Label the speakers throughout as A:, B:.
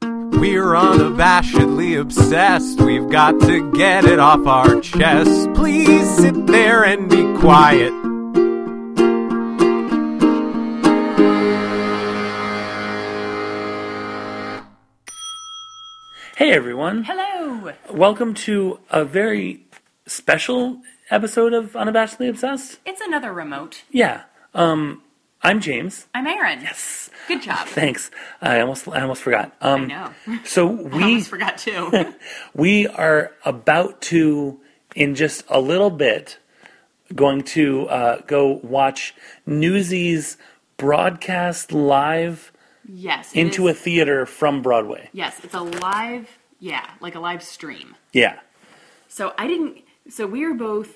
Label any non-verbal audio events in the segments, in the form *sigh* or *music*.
A: We're unabashedly obsessed. We've got to get it off our chest. Please sit there and be quiet.
B: Hey everyone.
C: Hello.
B: Welcome to a very special episode of Unabashedly Obsessed.
C: It's another remote.
B: Yeah. Um I'm James.
C: I'm Aaron.
B: Yes.
C: Good job.
B: Thanks. I almost I almost forgot. Um
C: know.
B: so
C: I
B: *laughs* we
C: *laughs* almost forgot too.
B: *laughs* we are about to in just a little bit going to uh, go watch Newsies broadcast live
C: yes.
B: into a theater from Broadway.
C: Yes, it's a live. Yeah, like a live stream.
B: Yeah.
C: So I didn't. So we are both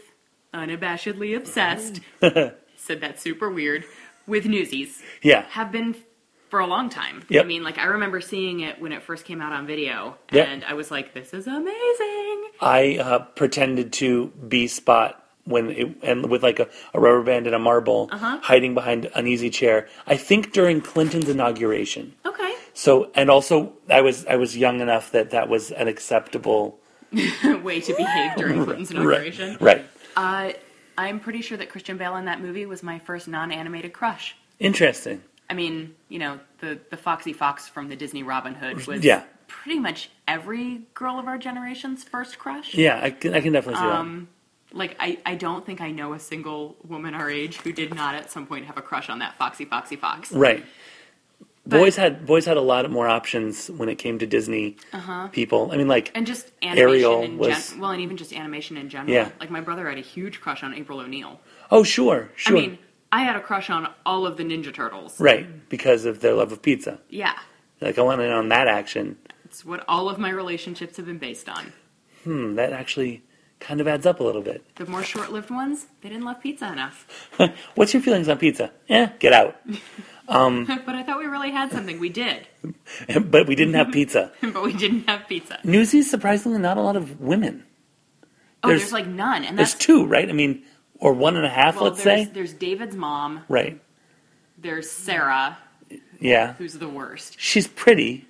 B: *laughs*
C: unabashedly obsessed. said that super weird with Newsies.
B: Yeah.
C: Have been for a long time.
B: Yep.
C: I mean, like I remember seeing it when it first came out on video,
B: Yep.
C: and I was like, "This is amazing."
B: I uh, pretended to be Spot when it, and with like a, a rubber band and a marble,
C: Uh-huh.
B: hiding behind an easy chair. I think during Clinton's inauguration.
C: Okay. *laughs*
B: So and also I was I was young enough that that was an acceptable
C: Way to behave during Clinton's inauguration.
B: Right. right.
C: Uh, I'm pretty sure that Christian Bale in that movie was my first non-animated crush.
B: Interesting.
C: I mean, you know, the the Foxy Fox from the Disney Robin Hood was
B: Yeah.
C: pretty much every girl of our generation's first crush.
B: Yeah, I can, I can definitely see
C: Um, Like, I, I don't think I know a single woman our age who did not at some point have a crush on that Foxy Foxy Fox.
B: that. Right. boys had boys had a lot more options when it came to Disney
C: Uh-huh.
B: people. I mean, like
C: And just animation
B: Ariel
C: in
B: was-
C: gen- well, and even just animation in general.
B: Yeah.
C: Like my brother had a huge crush on April O'Neil.
B: oh sure sure
C: I mean, I had a crush on all of the Ninja Turtles.
B: right because of their love of pizza.
C: Yeah.
B: Like I want in on that action.
C: It's what all of my relationships have been based on.
B: Hmm, that actually kind of adds up a little bit. *laughs*
C: The more short lived ones, they didn't love pizza enough. *laughs*
B: What's your feelings on pizza? Eh, get out. *laughs*
C: but I thought we really had something. We did. *laughs*
B: but we didn't have pizza.
C: but we didn't have pizza.
B: Newsies, surprisingly, not a lot of women.
C: Oh,
B: There's-
C: there's, like none, and
B: There's
C: that's
B: two, right? I mean, or one and a half,
C: well,
B: let's
C: there's,
B: say.
C: there's David's mom,
B: Right.
C: there's Sarah,
B: Yeah.
C: who's the worst.
B: She's pretty,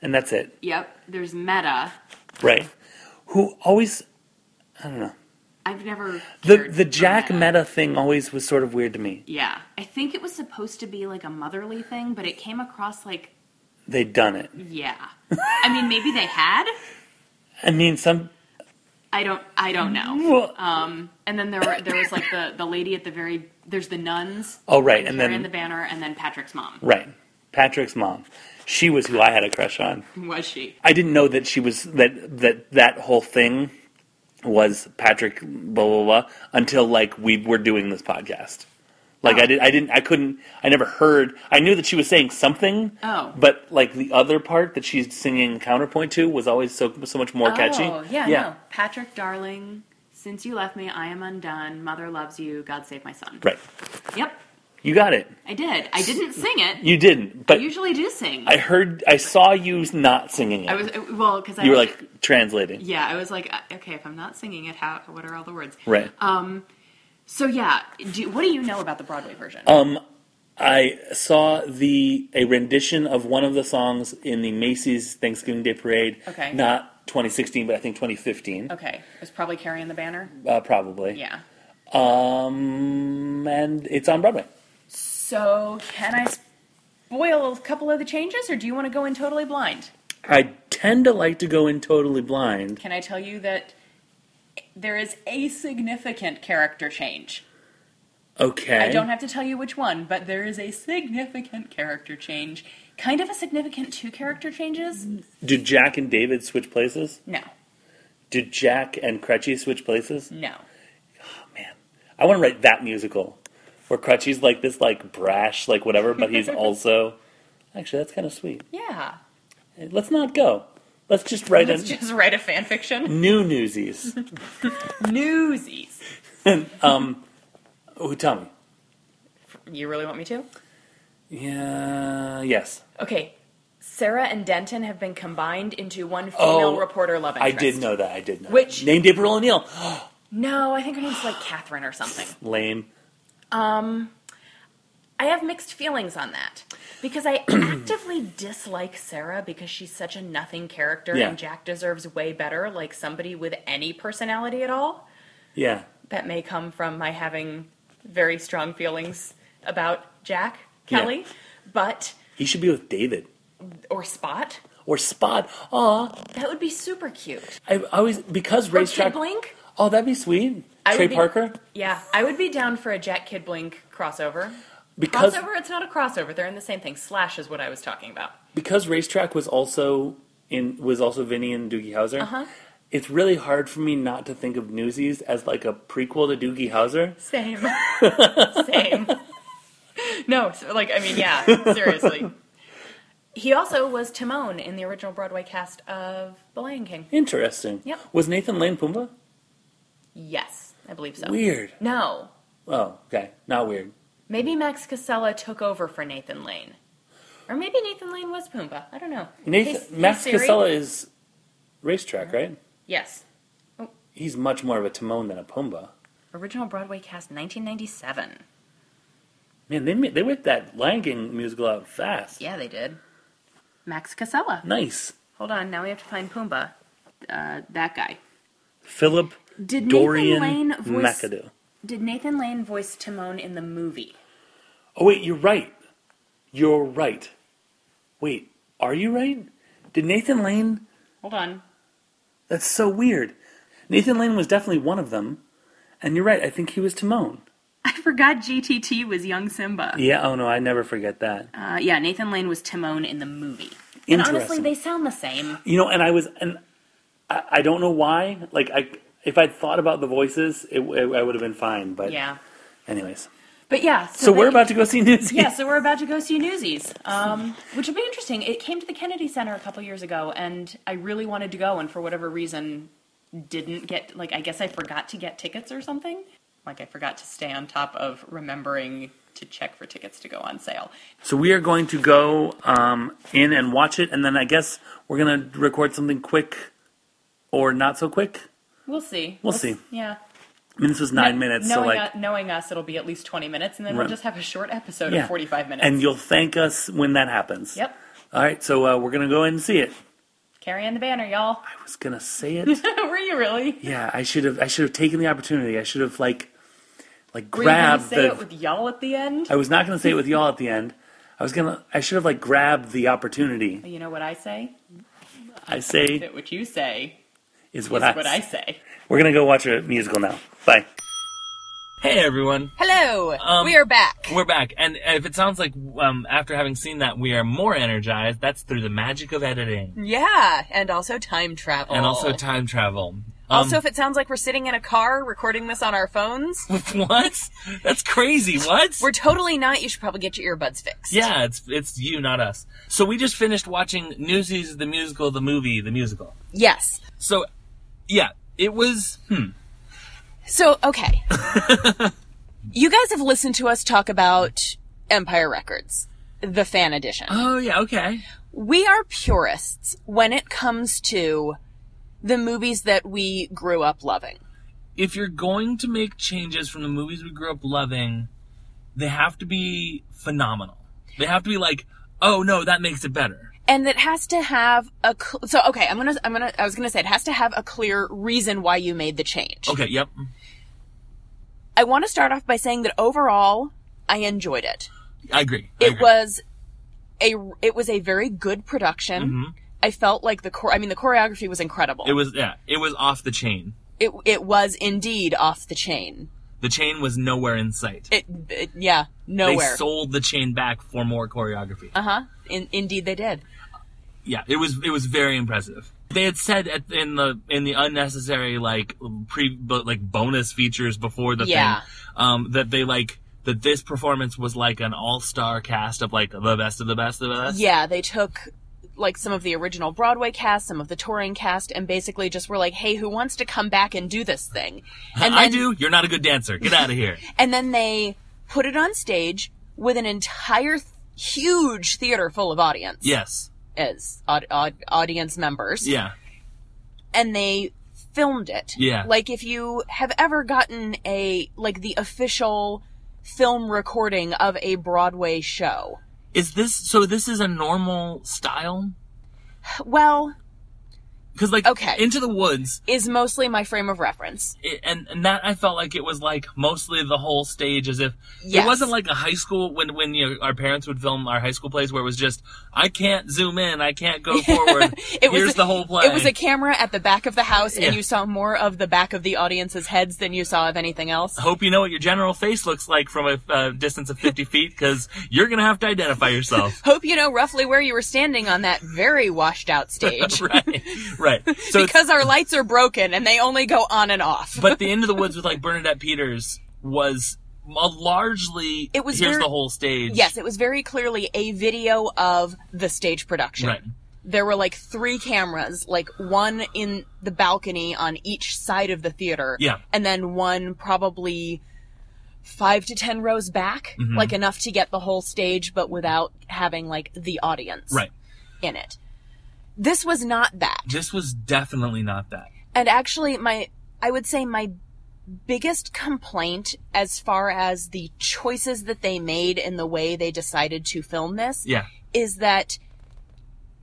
B: and that's it.
C: Yep, there's Meta.
B: Right. Who always, I don't know.
C: I've never
B: The,
C: cared
B: the
C: for
B: Jack Meta thing always was sort of weird to me.
C: Yeah, I think it was supposed to be like a motherly thing, but it came across like
B: They'd done it. *laughs*
C: yeah. I mean, maybe they had.
B: I mean, some.
C: I don't. I don't know. Um, and then there were, there was like the the lady at the very there's the nuns.
B: Oh, right, and
C: Carrie
B: then-
C: the banner, and then Patrick's mom *laughs*
B: right. Patrick's mom. She was who I had a crush on.
C: was she?
B: I didn't know that she was that that that whole thing was Patrick blah blah blah until like we were doing this podcast. Like I
C: Oh.
B: did, I didn't, I couldn't, I never heard. I knew that she was saying something,
C: Oh.
B: but like the other part that she's singing counterpoint to was always so so much more catchy.
C: Oh, yeah, no. Patrick, darling, since you left me, I am undone. Mother loves you. God save my son.
B: right.
C: Yep,
B: You got it.
C: I did. I didn't sing it.
B: You didn't,
C: I
B: but
C: usually do sing.
B: I heard, I saw you not singing it.
C: I was uh, well because I
B: you were
C: was-
B: like translating,
C: yeah. I was like, uh, okay, if I'm not singing it, how? What are all the words?
B: right?
C: So yeah, do, what do you know about the Broadway version?
B: Um, I saw the a rendition of one of the songs in the Macy's Thanksgiving Day Parade.
C: Okay.
B: Not 2016, but I think 2015,
C: okay, it was probably carrying the banner.
B: uh, probably.
C: Yeah.
B: Um, and it's on Broadway.
C: So can I spoil a couple of the changes, or do you want to go in totally blind?
B: I tend to like to go in totally blind.
C: Can I tell you that there is a significant character change?
B: Okay.
C: I don't have to tell you which one, but there is a significant character change. Kind of a significant two character changes?
B: Did Jack and David switch places?
C: No,
B: Did Jack and Crutchy switch places?
C: no.
B: Man, I want to write that musical where Crutchy's like this, like brash, like whatever, but
C: *laughs*
B: he's also actually that's kind of sweet.
C: Yeah.
B: Let's not go. Let's just write
C: Let's
B: an-
C: just write a fan fiction.
B: new newsies. *laughs*
C: Newsies.
B: um, oh, tell me.
C: You really want me to?
B: Yeah, yes.
C: Okay. Sarah and Denton have been combined into one female
B: Oh,
C: reporter love
B: I
C: interest.
B: did know that. I did know.
C: Which-
B: that. named April O'Neil?
C: No, I think her name's like Catherine or something.
B: Lame.
C: Um, I have mixed feelings on that
B: *clears throat*
C: because I actively dislike Sarah because she's such a nothing character
B: Yeah.
C: and Jack deserves way better, like somebody with any personality at all.
B: Yeah.
C: That may come from my having very strong feelings about Jack
B: Yeah.
C: Kelly, but
B: He should be with David
C: or Spot.
B: or Spot. Aw,
C: That would be super cute.
B: I always because
C: Or Kid
B: racetrack.
C: Blink.
B: Oh, that'd be sweet.
C: I
B: Trey
C: would be-
B: Parker.
C: Yeah, I would be down for a Jack Kid Blink crossover.
B: Because
C: Crossover? It's not a crossover. They're in the same thing. Slash is what I was talking about.
B: because racetrack was also in was also Vinny and Doogie Howser.
C: Uh-huh.
B: It's really hard for me not to think of Newsies as like a prequel to Doogie Howser. *laughs*
C: Same. Same. No, so, like, I mean, yeah, seriously. He also was Timon in the original Broadway cast of The Lion King.
B: Interesting.
C: Yep.
B: Was Nathan Lane Pumbaa?
C: Yes, I believe so.
B: Weird.
C: No.
B: Oh, okay. Not weird.
C: Maybe Max Casella took over for Nathan Lane. Or maybe Nathan Lane was Pumbaa. I don't know.
B: Nathan
C: Hey, hey,
B: Max
C: Siri.
B: Casella is racetrack, right?
C: Yes.
B: He's much more of a Timon than a Pumbaa.
C: Original Broadway cast 1997.
B: Man, they ma- they whipped that Lion King musical out fast.
C: Yeah, they did. Max Casella.
B: Nice.
C: Hold on, now we have to find Pumbaa.
D: Uh, that guy.
B: Philip
C: Did
B: Dorian
C: Nathan Lane voice
B: McAdoo.
C: Did Nathan Lane voice Timon in the movie?
B: Oh wait, you're right. You're right. Wait, are you right? Did Nathan Lane?
C: Hold on.
B: That's so weird. Nathan Lane was definitely one of them, and you're right. I think he was Timon.
D: I forgot GTT was young Simba.
B: Yeah. Oh no, I never forget that.
D: Uh, yeah, Nathan Lane was Timon in the movie.
C: And
B: Interesting.
C: honestly, they sound the same.
B: you know, and I was, and I, I don't know why. Like I, if I'd thought about the voices, it, it- I would have been fine. But
C: Yeah.
B: anyways,
C: But yeah.
B: so, we're about to go see Newsy.
C: Yeah, so we're about to go see Newsies, um, which will be interesting. It came to the Kennedy Center a couple years ago, and I really wanted to go, and for whatever reason, didn't get. Like, I guess I forgot to get tickets or something. Like, I forgot to stay on top of remembering to check for tickets to go on sale.
B: So we are going to go um, in and watch it, and then I guess we're gonna record something quick or not so quick.
C: We'll see.
B: We'll
C: Let's-
B: see.
C: Yeah.
B: I mean, this was nine minutes, so
C: Knowing,
B: like,
C: u- knowing us, it'll be at least 20 minutes, and then
B: Right.
C: we'll just have a short episode
B: yeah,
C: of 45 minutes.
B: and you'll thank us when that happens.
C: yep.
B: All right, so uh, we're gonna go in and see it.
C: Carrying the banner, y'all. *laughs*
B: I was gonna say it.
C: Were you really?
B: yeah, I should have. I should have taken the opportunity. I should have like, like
C: Were you gonna
B: grabbed
C: say
B: the.
C: it with y'all at the end?
B: I was not gonna say it with y'all at the end. I was gonna. I should have like grabbed the opportunity.
C: You know what I say?
B: I say
C: That what you say
B: is
C: is
B: what I.
C: what I say.
B: We're gonna go watch a musical now. Bye.
A: Hey everyone,
E: Hello,
A: Um,
E: we are back.
A: we're back, and if it sounds like um, after having seen that we are more energized, that's through the magic of editing
E: Yeah, and also time travel.
A: and also um, time travel. *laughs*
E: also, if it sounds like we're sitting in a car recording this on our phones,
A: what? That's crazy. What?
E: we're totally not. You should probably get your earbuds fixed.
A: yeah, it's it's you, not us. So we just finished watching Newsies, the musical, the movie, the musical.
E: Yes.
A: So, yeah, it was. Hmm,
E: So, okay. you guys have listened to us talk about Empire Records, the fan edition.
A: oh yeah, okay.
E: we are purists when it comes to the movies that we grew up loving.
A: if you're going to make changes from the movies we grew up loving, they have to be phenomenal. They have to be like, oh no, that makes it better.
E: and that has to have a cl- so okay i'm gonna i'm gonna i was gonna say it has to have a clear reason why you made the change
A: Okay, yep.
E: i want to start off by saying that overall i enjoyed it
A: I agree. I
E: it
A: agree.
E: was a it was a very good production
A: Mm-hmm.
E: i felt like the core i mean the choreography was incredible
A: it was yeah, it was off the chain.
E: it, it was indeed off the chain
A: The chain was nowhere in sight.
E: it, it yeah
A: they
E: nowhere
A: sold the chain back for more choreography.
E: uh-huh in, indeed they did
A: yeah, it was it was very impressive. They had said at, in the in the unnecessary like pre bo- like bonus features before the
E: Yeah.
A: thing um, that they like that this performance was like an all star cast of like the best of the best of the best.
E: yeah they took like some of the original broadway cast some of the touring cast and basically just were like hey who wants to come back and do this
A: *laughs*
E: thing and
A: I
E: then-
A: do. You're not a good dancer. Get out of
E: *laughs*
A: here.
E: and then they put it on stage with an entire th- huge theater full of audience
A: yes.
E: as aud- aud- audience members
A: Yeah.
E: and they filmed it
A: Yeah.
E: like if you have ever gotten a like the official
C: film recording of a Broadway show.
B: Is this so? This is a normal style
C: Well,
B: because, like,
C: Okay.
B: Into the Woods,
C: is mostly my frame of reference. *laughs*
B: it, and and that I felt like it was like mostly the whole stage, as if
C: Yes.
B: it wasn't like a high school when when you know, our parents would film our high school plays where it was just I can't zoom in, I can't
C: *laughs*
B: go forward.
C: It
B: Here's
C: was
B: the whole play.
C: It was a camera at the back of the house,
B: Yeah.
C: and you saw more of the back of the audience's heads than you saw of anything else.
B: hope you know what your general face looks like from a uh, distance of 50 feet because you're going to have to identify
C: *laughs*
B: yourself. *laughs*
C: Hope you know roughly where you were standing on that very
B: *laughs*
C: washed out stage.
B: right. Right. So, it's-
C: because our lights are broken and they only go on and off.
B: but the end of the woods with like Bernadette Peters was a largely,
C: It was
B: here's
C: very-
B: the whole stage.
C: yes, it was very clearly a video of the stage production.
B: Right.
C: There were like three cameras, like one in the balcony on each side of the theater.
B: Yeah.
C: And then one probably five to ten rows back,
B: Mm-hmm.
C: like enough to get the whole stage, but without having like the audience
B: Right.
C: in it. This was not that.
B: This was definitely not that.
C: And actually, my I would say my biggest complaint as far as the choices that they made in the way they decided to film this
B: Yeah.
C: is that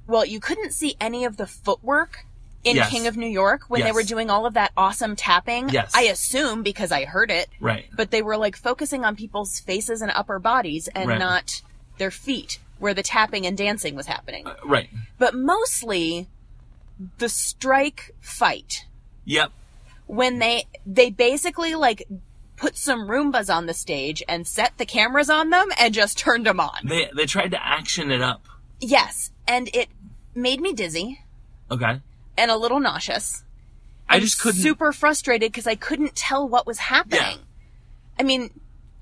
C: well, you couldn't see any of the footwork in
B: Yes.
C: King of New York when they
B: Yes.
C: were doing all of that awesome tapping.
B: Yes.
C: I assume because I heard it,
B: Right.
C: but they were like focusing on people's faces and upper bodies and
B: Right.
C: not their feet where the tapping and dancing was happening.
B: Right.
C: But mostly the strike fight
B: Yep.
C: when they they basically like put some Roombas on the stage and set the cameras on them and just turned them on.
B: They, they tried to action it up.
C: Yes, and it made me dizzy
B: Okay.
C: and a little nauseous.
B: I just couldn't.
C: Super frustrated because I couldn't tell what was happening.
B: Yeah.
C: I mean,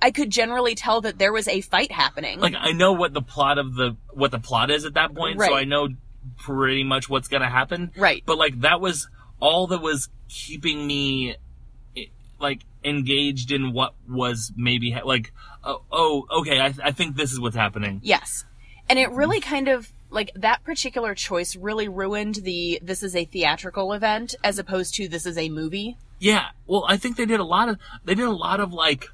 C: I could generally tell that there was a fight happening.
B: like I know what the plot of the what the plot is at that point, so
C: Right.
B: I know pretty much what's gonna happen.
C: Right.
B: But like that was all that was keeping me eh, like engaged in what was maybe ha- like oh, oh okay I, I think this is what's happening.
C: yes, and it really kind of like that particular choice really ruined the this is a theatrical event as opposed to this is a movie.
B: Yeah. Well, I think they did a lot of they did a lot of like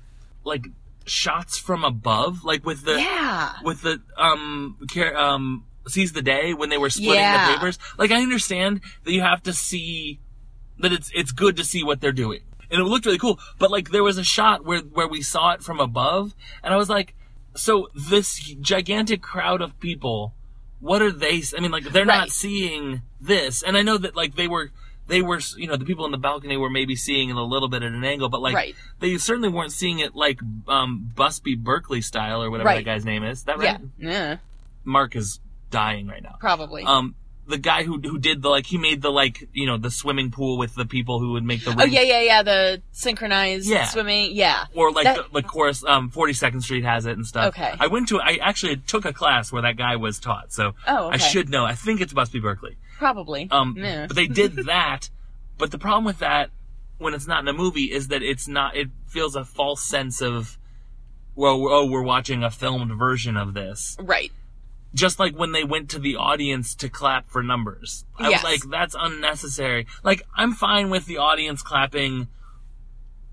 B: like shots from above, like with the
C: Yeah.
B: with the um care um seize the day when they were splitting
C: Yeah.
B: the papers. Like I understand that you have to see that it's it's good to see what they're doing. And it looked really cool, but like there was a shot where where we saw it from above and I was like so this gigantic crowd of people what are they s- I mean like they're not
C: Right.
B: seeing this. And I know that like they were they were you know the people in the balcony were maybe seeing it a little bit at an angle but like
C: Right.
B: they certainly weren't seeing it like um busby berkeley style or whatever that
C: Right.
B: guy's name is Is that
C: Yeah.
B: right
C: Yeah.
B: Mark is dying right now.
C: Probably.
B: Um, the guy who who did the like he made the like you know the swimming pool with the people who would make the
C: Oh yeah, yeah, yeah. The synchronized
B: Yeah.
C: swimming. Yeah.
B: Or like
C: That-
B: the, the chorus, um, Forty Second Street has it and stuff.
C: Okay.
B: I went to I actually took a class where that guy was taught, so
C: Oh,
B: I
C: okay.
B: should know. I think it's Busby Berkeley.
C: Probably.
B: Um,
C: Yeah.
B: but they did *laughs* that. but the problem with that, when it's not in a movie, is that it's not. It feels a false sense of, well, oh, we're watching a filmed version of this.
C: right.
B: just like when they went to the audience to clap for numbers. I
C: Yes.
B: was like, that's unnecessary. Like, I'm fine with the audience clapping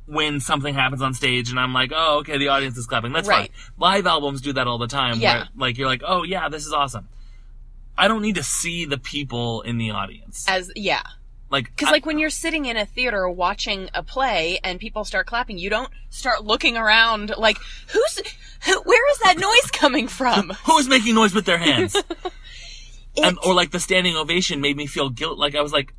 B: when something happens on stage and I'm like, oh, okay, the audience is clapping. That's
C: Right.
B: fine. Live albums do that all the time.
C: Yeah.
B: Where, like, you're like, oh, yeah, this is awesome. I don't need to see the people in the audience.
C: As yeah,
B: Like,
C: because
B: I-
C: Uh, like when you're sitting in a theater watching a play and people start clapping, you don't start looking around like who's who, where is that noise coming from?
B: who is making noise with their
C: *laughs*
B: hands? *laughs*
C: It,
B: and, or like the standing ovation made me feel guilt. Like I was like,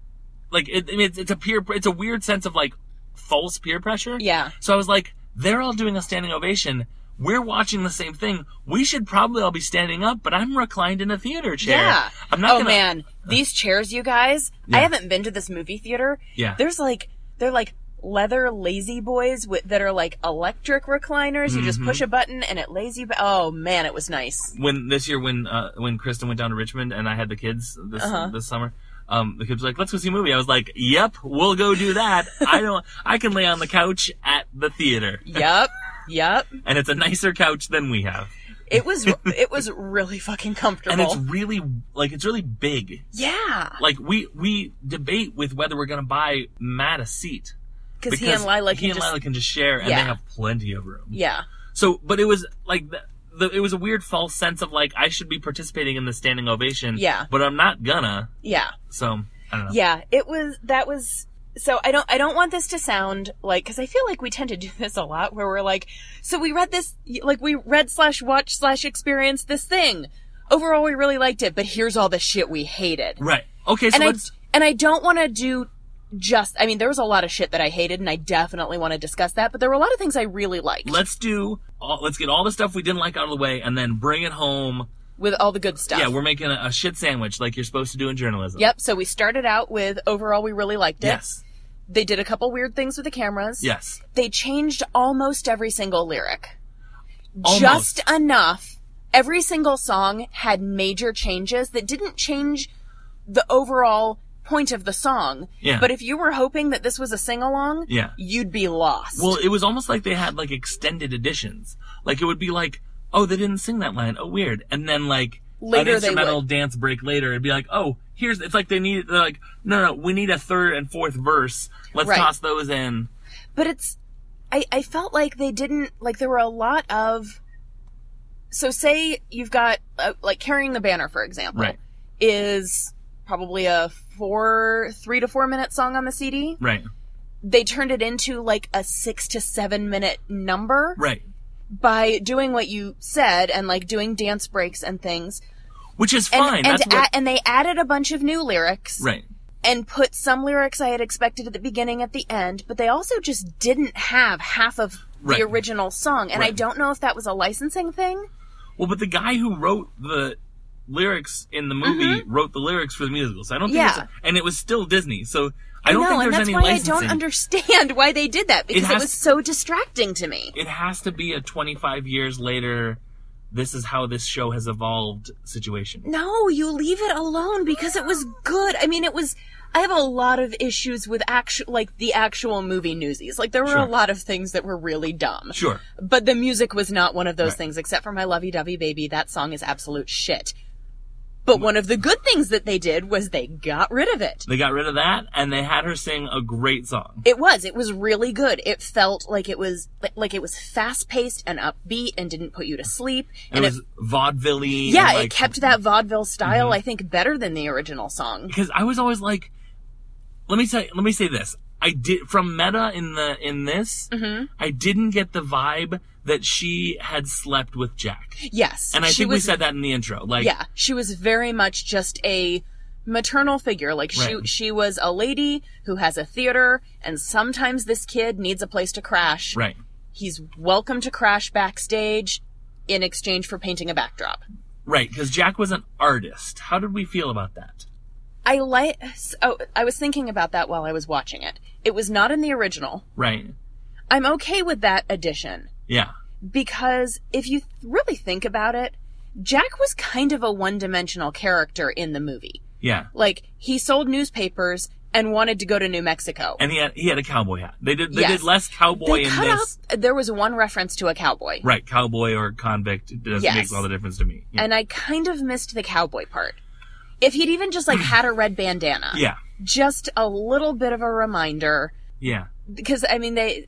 B: like it, I mean, it's, it's a peer, it's a weird sense of like false peer pressure.
C: Yeah.
B: So I was like, they're all doing a standing ovation. We're watching the same thing. We should probably all be standing up, but I'm reclined in a theater chair.
C: yeah.
B: I'm not
C: oh
B: gonna.
C: man, these chairs, you guys. I haven't been to this movie theater.
B: Yeah.
C: There's like they're like leather lazy boys with, that are like electric recliners. You
B: Mm-hmm.
C: just push a button and it lazy. Bo- oh man, it was nice.
B: When this year, when uh, when Kristen went down to Richmond and I had the kids this
C: Uh-huh.
B: this summer, um, the kids were like, "Let's go see a movie." I was like, "Yep, we'll go do that."
C: *laughs*
B: I don't. I can lay on the couch at the theater,
C: Yup. Yup.
B: and it's a nicer couch than we have.
C: It was it was really
B: *laughs*
C: fucking
B: and
C: comfortable.
B: it's really like it's really big.
C: yeah,
B: Like we we debate with whether we're gonna buy Matt a seat
C: because he and Lila
B: he
C: can
B: and
C: just
B: Lila can just share, and
C: Yeah.
B: they have plenty of room.
C: yeah.
B: So, but it was like the, the, it was a weird false sense of like I should be participating in the standing ovation.
C: Yeah.
B: But I'm not gonna.
C: Yeah.
B: So I don't know.
C: Yeah, it was that was so I don't I don't want this to sound like cuz I feel like we tend to do *laughs* this a lot where we're like so we read this like we read slash watch slash experience this thing. Overall we really liked it, but here's all the shit we hated.
B: Right. Okay. So
C: and I
B: let's.
C: and I don't want to do just I mean there was a lot of shit that I hated and I definitely want to discuss that, but there were a lot of things I really liked
B: Let's do. All, let's get all the stuff we didn't like out of the way, and then bring it home.
C: with all the good stuff.
B: Yeah, we're making a, a shit sandwich like you're supposed to do in journalism.
C: Yep, so we started out with overall we really liked it.
B: Yes.
C: They did a couple weird things with the cameras.
B: Yes.
C: They changed almost every single lyric.
B: Almost.
C: just enough. Every single song had major changes that didn't change the overall point of the song.
B: Yeah.
C: But if you were hoping that this was a sing along,
B: Yeah.
C: you'd be lost.
B: Well, it was almost like they had like extended editions. Like it would be like, oh, they didn't sing that line. Oh, weird. And then like
C: Later
B: an
C: they
B: instrumental
C: would.
B: dance break later, it'd be like, oh, here's. It's like they need. They're like, no, no, we need a third and fourth verse. Let's
C: Right.
B: toss those in.
C: but it's I, I felt like they didn't like there were a lot of so say you've got uh, like carrying the banner for example
B: Right.
C: is probably a four three to four minute song on the cd
B: Right.
C: they turned it into like a six to seven minute number
B: Right.
C: by doing what you said and like doing dance breaks and things
B: Which is
C: and
B: fine.
C: and,
B: That's what.
C: a- and they added a bunch of new lyrics
B: right.
C: and put some lyrics I had expected at the beginning at the end, but they also just didn't have half of
B: Right.
C: the original song. And I
B: Right.
C: don't know if that was a licensing thing.
B: Well, but the guy who wrote the lyrics in the movie wrote the lyrics for the musical, so I don't think.
C: Mm-hmm. Yeah.
B: It's, and it was still Disney, so I don't
C: no,
B: think
C: and
B: there's
C: that's
B: any
C: why
B: licensing.
C: I don't understand *laughs* why they did that because it,
B: has-
C: was so distracting to me.
B: it has to be a 25 years later this is how this show has evolved situation
C: No, you leave it alone because it was good. I mean, it was. I have a lot of issues with actual, like the actual movie Newsies. Like there were
B: Sure.
C: a lot of things that were really dumb.
B: sure
C: But the music was not one of those
B: Right.
C: things, except for My Lovey Dovey Baby. That song is absolute shit. But one of the good things that they did was they got rid of it.
B: they got rid of that and they had her sing a great song
C: It was. It was really good. It felt like it was like, like it was fast paced and upbeat and didn't put you to sleep.
B: and
C: And
B: it
C: it,
B: was Mm-hmm. vaudeville
C: yeah, it kept that vaudeville style, I think, better than the original song.
B: because i was always like let me say let me say this i did from meta in the in this
C: Mm-hmm.
B: i didn't get the vibe that she had slept with jack
C: Yes,
B: and i
C: she
B: think we
C: was-
B: said that in the intro like
C: Yeah, she was very much just a maternal figure. Like she
B: Right.
C: she was a lady who has a theater, and sometimes this kid needs a place to crash.
B: right
C: He's welcome to crash backstage in exchange for painting a backdrop.
B: right because jack was an artist how did we feel about that
C: I like. Oh, I was thinking about that while I was watching it. It was not in the original.
B: right
C: I'm okay with that addition
B: yeah
C: because if you really think about it, Jack was kind of a one-dimensional character in the movie.
B: yeah
C: Like he sold newspapers and wanted to go to New Mexico.
B: and he had he had a cowboy hat. They did they
C: Yes.
B: did less cowboy
C: they
B: in
C: cut
B: this,
C: out. There was one reference to a cowboy,
B: right? Cowboy or convict it doesn't
C: Yes.
B: makes all the difference to me. Yeah,
C: and I kind of missed the cowboy part. If he'd even just like had a red bandana,
B: yeah,
C: just a little bit of a reminder,
B: yeah.
C: because I mean they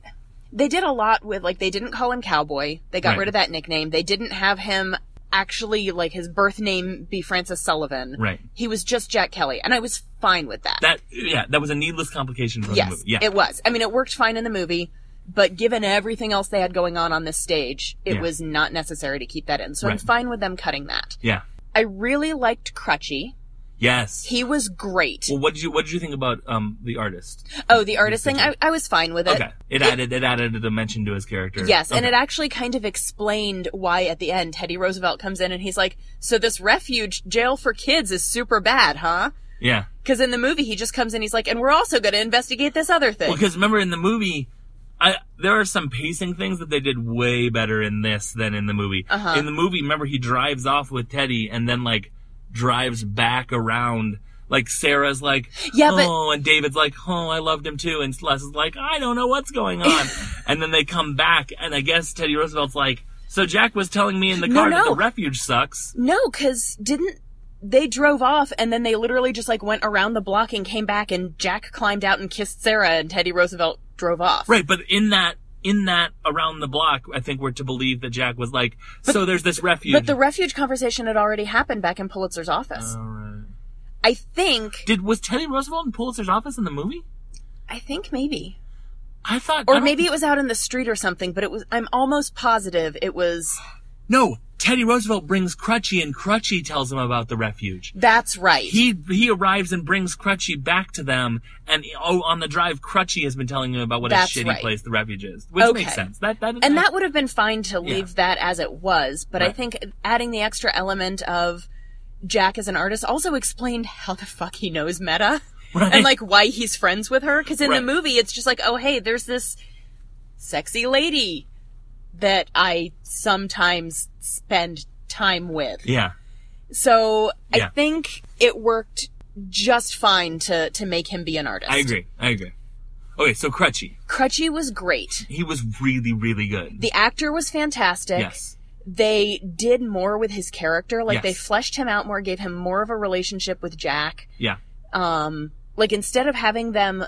C: they did a lot with like they didn't call him cowboy. They got
B: Right.
C: rid of that nickname. They didn't have him actually like his birth name be Francis Sullivan.
B: Right.
C: He was just Jack Kelly, and I was fine with that.
B: That yeah, that was a needless complication for
C: yes,
B: the movie. Yeah,
C: it was. I mean, it worked fine in the movie. But given everything else they had going on on this stage, it
B: Yeah.
C: was not necessary to keep that in. So I'm
B: Right.
C: fine with them cutting that.
B: yeah,
C: I really liked Crutchy.
B: yes.
C: He was great.
B: well, what did you what did you think about um the artist?
C: oh, the artist thing, I, I was fine with Uh, it.
B: Okay, it added it added a dimension to his character.
C: Yes, and it
B: Okay.
C: actually kind of explained why at the end Teddy Roosevelt comes in and he's like, "So this refuge jail for kids is super bad, huh?"
B: yeah.
C: Because in the movie he just comes in, he's like, "And we're also going to investigate this other thing."
B: Because remember in the movie, I there are some pacing things that they did way better in this than in the movie.
C: Uh-huh.
B: In the movie, remember he drives off with Teddy and then like drives back around. Like Sarah's like,
C: Yeah, but-
B: oh, and David's like, oh, I loved him too, and Les is like, I don't know what's going
C: *laughs*
B: on, and then they come back, and I guess Teddy Roosevelt's like, so Jack was telling me in the
C: No,
B: car that
C: no.
B: the refuge sucks,
C: no, because didn't they drove off and then they literally just like went around the block and came back and Jack climbed out and kissed Sarah and Teddy Roosevelt drove off.
B: right? But in that in that around the block, I think we're to believe that Jack was like, so there's this refuge.
C: But the refuge conversation had already happened back in Pulitzer's office.
B: All right.
C: I think.
B: Did was Teddy Roosevelt in Pulitzer's office in the movie?
C: I think maybe.
B: I thought, I
C: Or
B: don't-
C: maybe it was out in the street or something, but it was. I'm almost positive it was.
B: no. Teddy Roosevelt brings Crutchy, and Crutchy tells him about the refuge.
C: That's right.
B: He he arrives and brings Crutchy back to them, and oh, on the drive, Crutchy has been telling him about what
C: That's
B: a shitty
C: right.
B: place the refuge is, which
C: Okay.
B: makes sense. That that *laughs*
C: and that would have been fine to leave
B: Yeah.
C: that as it was, but I
B: Right.
C: think adding the extra element of Jack as an artist also explained how the fuck he knows Meta
B: *laughs*
C: and like why he's friends with her. Because in
B: Right.
C: the movie, it's just like, oh hey, there's this sexy lady that I sometimes spend time with.
B: yeah,
C: So I
B: Yeah.
C: think it worked just fine to to make him be an artist.
B: I agree. I agree. Okay, so Crutchy,
C: Crutchy was great.
B: he was really really good.
C: The actor was fantastic.
B: yes,
C: they did more with his character. Like
B: Yes.
C: they fleshed him out more, gave him more of a relationship with Jack.
B: yeah,
C: Um, like instead of having them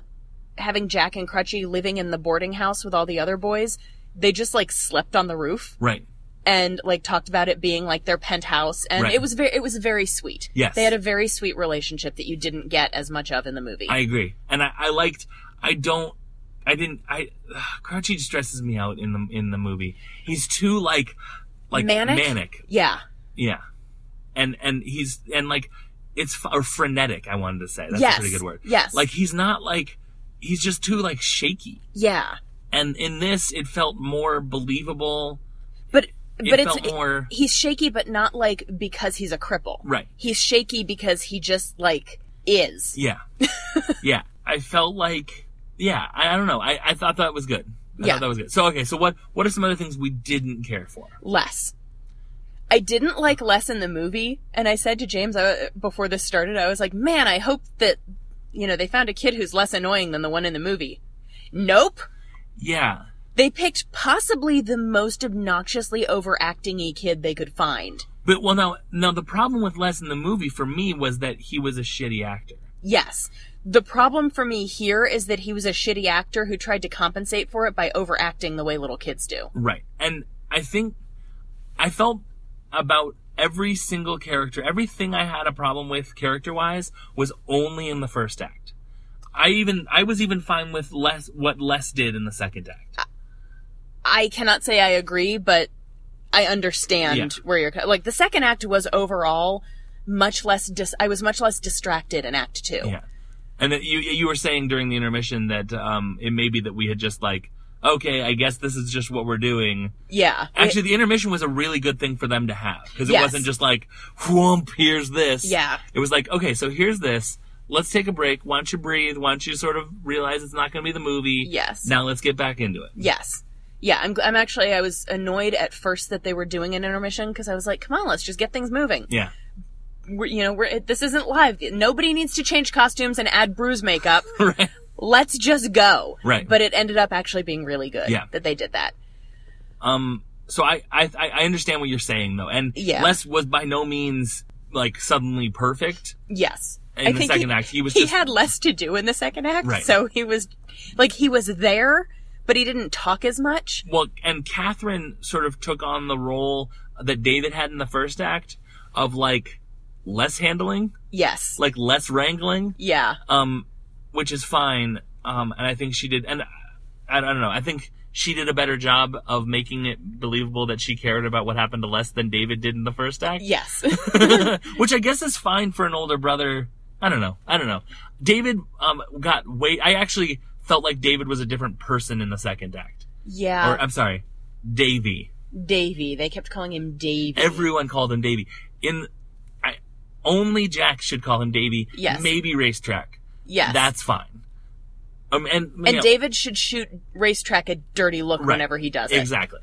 C: having Jack and Crutchy living in the boarding house with all the other boys, they just like slept on the roof
B: right.
C: and like talked about it being like their penthouse and
B: Right.
C: it was very it was very sweet.
B: Yes.
C: They had a very sweet relationship that you didn't get as much of in the movie.
B: I agree, and I, I liked. I don't. I didn't. I ugh, Crouchy stresses me out in the in the movie. He's too like like
C: Manic?
B: manic,
C: yeah.
B: yeah, and and he's and like it's f- or frenetic. I wanted to say that's
C: Yes.
B: a pretty good word.
C: Yes.
B: like he's not like he's just too like shaky.
C: Yeah.
B: And in this, it felt more believable.
C: But but it's
B: felt more-
C: he's shaky, but not like because he's a cripple.
B: Right.
C: He's shaky because he just like is. *laughs*
B: Yeah, yeah. I felt like yeah. I, I don't know. I, I thought that was good. I
C: Yeah.
B: thought that was good. So okay. So what what are some other things we didn't care for?
C: less. I didn't like less in the movie, and I said to James I, before this started, I was like, "Man, I hope that you know they found a kid who's less annoying than the one in the movie." Nope.
B: Yeah.
C: They picked possibly the most obnoxiously overacting y kid they could find.
B: But well, now, now the problem with Les in the movie for me was that he was a shitty actor.
C: Yes. The problem for me here is that he was a shitty actor who tried to compensate for it by overacting the way little kids do.
B: Right. And I think I felt about every single character, everything I had a problem with character wise was only in the first act. I even I was even fine with Les what Les did in the second act.
C: I cannot say I agree, but I understand
B: Yeah.
C: where you're co- like the second act was overall much less dis- I was much less distracted in act 2.
B: Yeah. And that you you were saying during the intermission that um it may be that we had just like okay I guess this is just what we're doing
C: Yeah.
B: Actually, the intermission was a really good thing for them to have because it
C: Yes.
B: wasn't just like, whoomp, here's this.
C: Yeah.
B: It was like, okay, so here's this. Let's take a break. Why don't you breathe? Why don't you sort of realize it's not going to be the movie?
C: Yes.
B: Now let's get back into it.
C: yes. Yeah, I'm I'm actually I was annoyed at first that they were doing an intermission because I was like, "Come on, let's just get things moving."
B: Yeah. *laughs*
C: We're, you know, we're it- this isn't live. Nobody needs to change costumes and add bruise makeup.
B: Right.
C: let's just go.
B: Right.
C: But it ended up actually being really good
B: Yeah.
C: that they did that.
B: Um. So I, I I I understand what you're saying though, and
C: Yeah.
B: Les was by no means like suddenly perfect
C: Yes.
B: in the second act. He was
C: he
B: just
C: had less to do in the second act,
B: Right.
C: so he was like he was there, but he didn't talk as much.
B: well, and Catherine sort of took on the role that David had in the first act of like less handling,
C: Yes,
B: like less wrangling.
C: yeah,
B: um, which is fine. Um, and I think she did, and I, I don't know. I think she did a better job of making it believable that she cared about what happened to Les than David did in the first act.
C: yes, *laughs*
B: *laughs* which I guess is fine for an older brother. I don't know. I don't know. David um, got way. I actually felt like David was a different person in the second act.
C: yeah.
B: or uh, I'm sorry, Davy.
C: Davy, they kept calling him Davy.
B: Everyone called him Davy. In I, only Jack should call him Davy.
C: Yes.
B: Maybe racetrack.
C: yes,
B: That's fine. Um, and you
C: and
B: know,
C: David should shoot racetrack a dirty look
B: Right.
C: whenever he does it.
B: Exactly.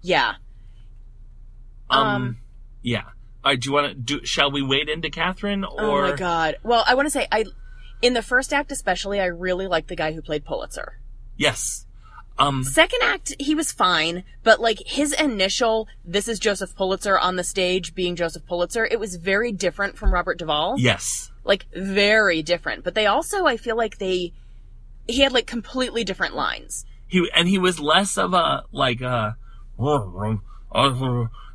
C: Yeah,
B: Um, yeah. All right, do you want to do? Shall we wade into Catherine or?
C: oh my god. Well, I want to say I, in the first act especially, I really liked the guy who played Pulitzer.
B: Yes. Um.
C: Second act, he was fine, but like his initial, this is Joseph Pulitzer on the stage being Joseph Pulitzer, it was very different from Robert Duvall.
B: Yes.
C: Like, very different. But they also, I feel like they, he had like completely different lines.
B: He and he was less of a like a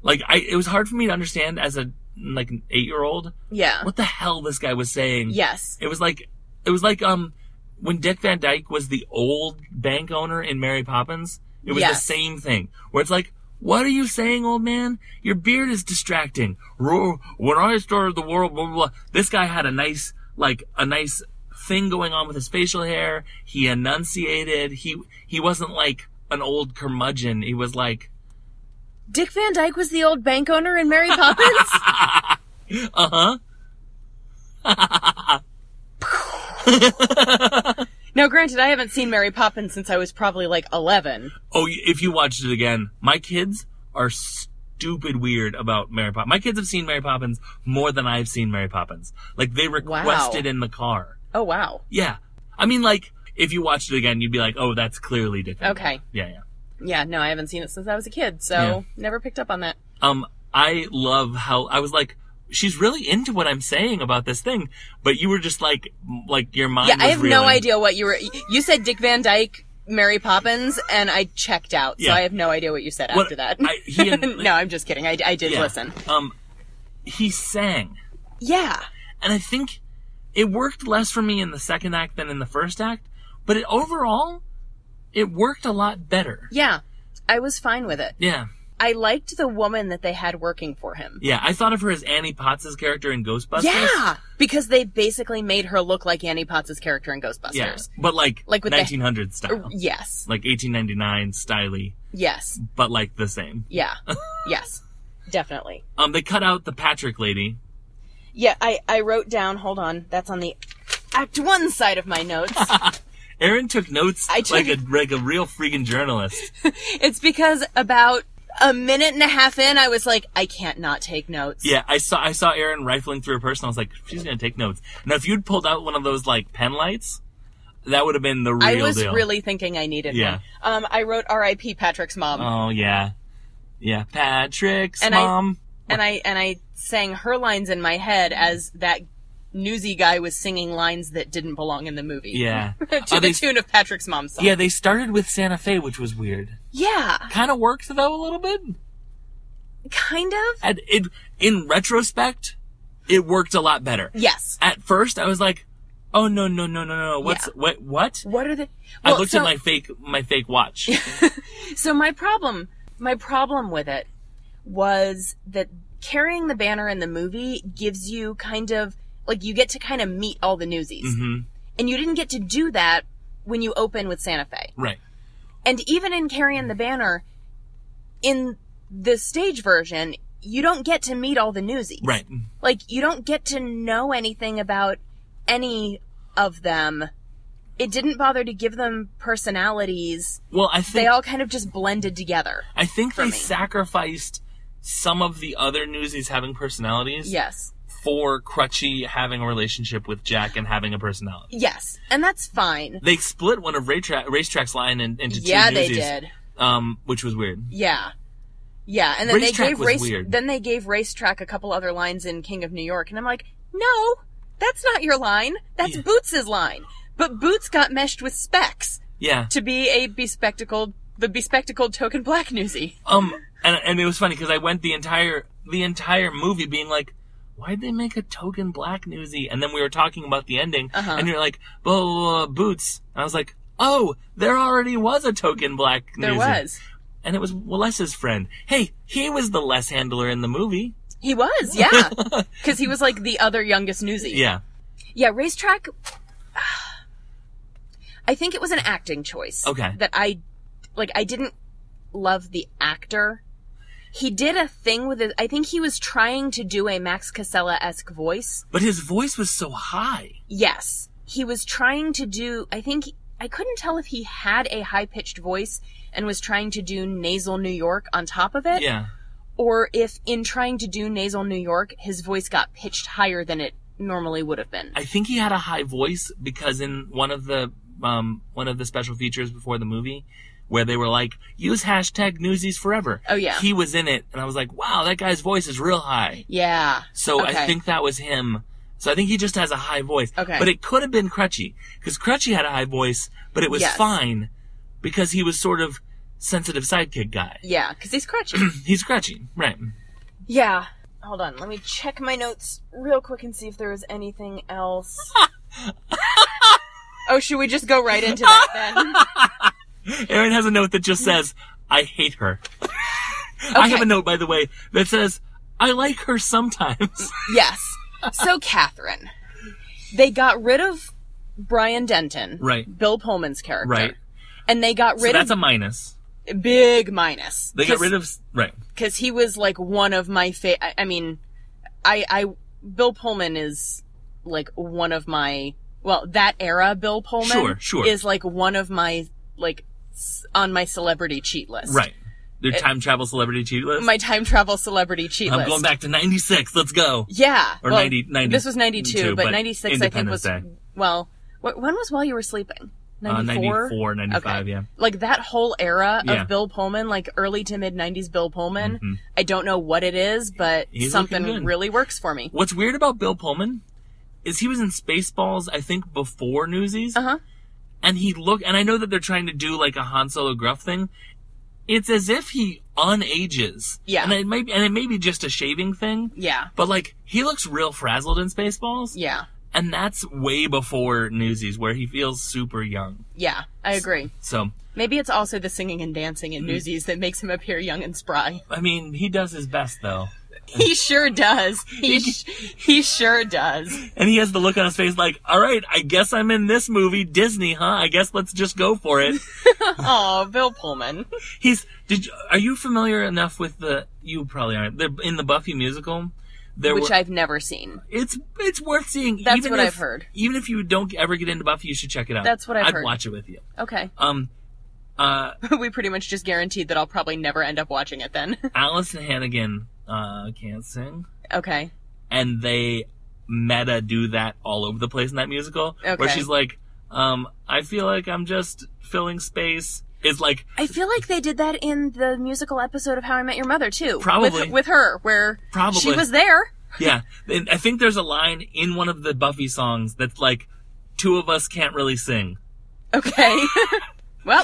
B: like I. It was hard for me to understand as a like an eight year old
C: Yeah.
B: what the hell this guy was saying.
C: Yes.
B: It was like it was like um when Dick Van Dyke was the old bank owner in Mary Poppins, it was the
C: Yes.
B: same thing. Where it's like, what are you saying, old man? Your beard is distracting. Roar, When I started the world, blah blah blah. This guy had a nice like a nice thing going on with his facial hair. He enunciated. He he wasn't like an old curmudgeon. He was like
C: Dick Van Dyke was the old bank owner in Mary Poppins.
B: uh-huh.
C: now, granted, I haven't seen Mary Poppins since I was probably like eleven.
B: Oh, y- if you watched it again, my kids are stupid weird about Mary Poppins. My kids have seen Mary Poppins more than I've seen Mary Poppins. Like they requested in the car.
C: Oh wow.
B: Yeah, I mean, like if you watched it again, you'd be like, "Oh, that's clearly different."
C: Okay.
B: Yeah, yeah.
C: Yeah, no, I haven't seen it since I was a kid, so
B: Yeah.
C: never picked up on that.
B: Um, I love how I was like, "She's really into what I'm saying about this thing," but you were just like, m- like your mind.
C: Yeah, I
B: was
C: have no
B: reeling.
C: idea what you were. You said Dick Van Dyke, Mary Poppins, and I checked out, so
B: Yeah.
C: I have no idea what you said
B: What-
C: after that.
B: I- he
C: *laughs*
B: and-
C: no, I'm just kidding. I, I did
B: Yeah.
C: listen.
B: Um, he sang.
C: Yeah.
B: and I think it worked less for me in the second act than in the first act, but it, overall, it worked a lot better.
C: Yeah. I was fine with it.
B: Yeah,
C: I liked the woman that they had working for him.
B: yeah. I thought of her as Annie Potts' character in Ghostbusters.
C: Yeah. Because they basically made her look like Annie Potts' character in Ghostbusters.
B: yeah, but like
C: Like with the- Oh,
B: 1900 style,
C: Yes.
B: like 1899 styly,
C: Yes.
B: but like the same. *laughs*
C: Yeah. yes. Definitely.
B: Um, they cut out the Patrick lady.
C: Yeah, I, I wrote down, hold on, that's on the Act 1 side of my notes.
B: Aaron took notes
C: I took-
B: like
C: *laughs*
B: a like a real freaking journalist.
C: It's because about a minute and a half in, I was like, I can't not take notes.
B: Yeah, I saw I saw Erin rifling through her purse, and I was like, she's gonna take notes. Now, if you'd pulled out one of those like pen lights, that would have been the real
C: I was
B: deal.
C: really thinking I needed
B: Yeah.
C: one. Um, I wrote R.I.P. Patrick's mom,
B: Oh yeah, yeah. Patrick's
C: And I- *laughs*
B: mom.
C: and I and I sang her lines in my head as that newsy guy was singing lines that didn't belong in the movie.
B: yeah.
C: to
B: Oh,
C: the
B: they-
C: tune of Patrick's mom's song.
B: yeah, they started with Santa Fe, which was weird.
C: Yeah,
B: Kind of worked though a little bit.
C: kind of.
B: And it, in retrospect, it worked a lot better.
C: Yes.
B: At first, I was like, "Oh no, no, no, no, no! What's
C: Yeah.
B: what? What?"
C: What are the?
B: I
C: Well,
B: looked
C: so,
B: at my fake my fake
C: *laughs*
B: watch.
C: So my problem, my problem with it was that carrying the banner in the movie gives you kind of like you get to kind of meet all the newsies.
B: Mhm.
C: And you didn't get to do that when you open with Santa Fe.
B: right.
C: And even in carrying the banner in the stage version, you don't get to meet all the newsies.
B: Right.
C: Like you don't get to know anything about any of them. It didn't bother to give them personalities.
B: Well, I
C: They
B: think
C: all kind of just blended together.
B: I think they
C: me.
B: sacrificed some of the other newsies having personalities
C: Yes.
B: for Crutchy having a relationship with Jack and having a personality.
C: Yes, and that's fine.
B: They split one of Ray Tra- Racetrack's line in, into two
C: Yeah, they
B: newsies,
C: did.
B: Um, which was weird.
C: Yeah, yeah, and then
B: Racetrack
C: they gave
B: was
C: race.
B: weird.
C: Then they gave racetrack a couple other lines in King of New York, and I'm like, no, that's not your line. That's Boots's line. But Boots got meshed with Specs
B: Yeah.
C: to be a bespectacled, the bespectacled token black newsie.
B: Um, and, and it was funny because I went the entire the entire movie being like, why'd they make a token black newsie? And then we were talking about the ending,
C: Uh-huh.
B: and you're like, blah, blah, blah, boots. And I was like, oh, there already was a token black
C: There
B: newsie.
C: was.
B: And it was Les's friend. Hey, he was the Les handler in the movie.
C: He was,
B: *laughs*
C: yeah, because he was like the other youngest newsie.
B: Yeah.
C: Yeah, racetrack. *sighs* I think it was an acting choice.
B: Okay.
C: That I, like, I didn't love the actor. He did a thing with it. I think he was trying to do a Max Casella esque voice.
B: But his voice was so high.
C: Yes. He was trying to do, I think, I couldn't tell if he had a high pitched voice and was trying to do nasal New York on top of it,
B: Yeah.
C: or if in trying to do nasal New York, his voice got pitched higher than it normally would have been.
B: I think he had a high voice because in one of the um, one of the special features before the movie, where they were like, "Use hashtag Newsies forever."
C: Oh, yeah.
B: he was in it, and I was like, "Wow, that guy's voice is real high."
C: yeah.
B: So I
C: Okay.
B: think that was him. So I think he just has a high voice.
C: Okay.
B: but it could have been Crutchy because Crutchy had a high voice, but it was
C: Yes.
B: fine. because he was sort of sensitive sidekick guy.
C: Yeah, because he's crutching.
B: He's scratching, right?
C: yeah. Hold on, let me check my notes real quick and see if there was anything else. *laughs* oh, should we just go right into that *laughs* then?
B: Aaron has a note that just says, "I hate her." I have a note, by the way, that says, "I like her sometimes."
C: Yes. So, Catherine, they got rid of Brian Denton,
B: Right.
C: Bill Pullman's character,
B: right.
C: And they got
B: So
C: rid
B: that's a
C: of
B: minus.
C: big minus.
B: They got rid of right.
C: because he was like one of my fa- I, I mean, I, I Bill Pullman is like one of my well that era Bill Pullman
B: Sure, sure.
C: is like one of my like s- on my celebrity cheat list,
B: Right. Their time travel celebrity cheat list.
C: My time travel celebrity cheat
B: I'm
C: list.
B: going back to 96. Let's go.
C: Yeah.
B: Or 90 90
C: This was 92,
B: two,
C: but,
B: but
C: 96 I think
B: Independence
C: was
B: Day.
C: well, wh- when was while you were sleeping?
B: Uh, 94, 95, yeah.
C: Like that whole era
B: Yeah. Mm-hmm.
C: of Bill Pullman, like early to mid 90s Bill Pullman. I don't know what it is, but
B: He's looking
C: something
B: good.
C: really works for me.
B: What's weird about Bill Pullman is he was in Spaceballs, I think, before Newsies.
C: Uh-huh.
B: And he looked, and I know that they're trying to do like a Han Solo gruff thing. It's as if he unages.
C: Yeah.
B: And it may be, and it may be just a shaving thing.
C: Yeah.
B: But like, he looks real frazzled in Spaceballs.
C: Yeah.
B: And that's way before Newsies, where he feels super young.
C: Yeah, I agree.
B: So,
C: Maybe it's also the singing and dancing
B: Mm-hmm.
C: in Newsies that makes him appear young and spry. *laughs*
B: I mean, he does his best though.
C: He sure does. He sh- he sure does.
B: And he has the look on his face like, all right, I guess I'm in this movie, Disney, huh? I guess let's just go for
C: *laughs*
B: it.
C: Oh, Bill Pullman.
B: He's, did you, are you familiar enough with the, you probably aren't, the, in the Buffy musical? There
C: Which
B: were,
C: I've never seen.
B: it's, it's worth seeing.
C: That's
B: even
C: what
B: if,
C: I've heard.
B: Even if you don't ever get into Buffy, you should check it out.
C: That's what I've
B: I'd
C: heard.
B: watch it with you.
C: Okay. *laughs*
B: Um, uh,
C: we pretty much just guaranteed that I'll probably never end up watching it then. *laughs*
B: Allison Hannigan, uh, can't sing.
C: okay.
B: and they meta do that all over the place in that musical where
C: Okay.
B: she's like um i feel like i'm just filling space it's like
C: I feel like they did that in the musical episode of How I Met Your Mother too.
B: Probably.
C: with, with her, where
B: Probably.
C: she was there.
B: yeah *laughs* and i think there's a line in one of the buffy songs that's like two of us can't really sing *laughs*
C: Okay. well,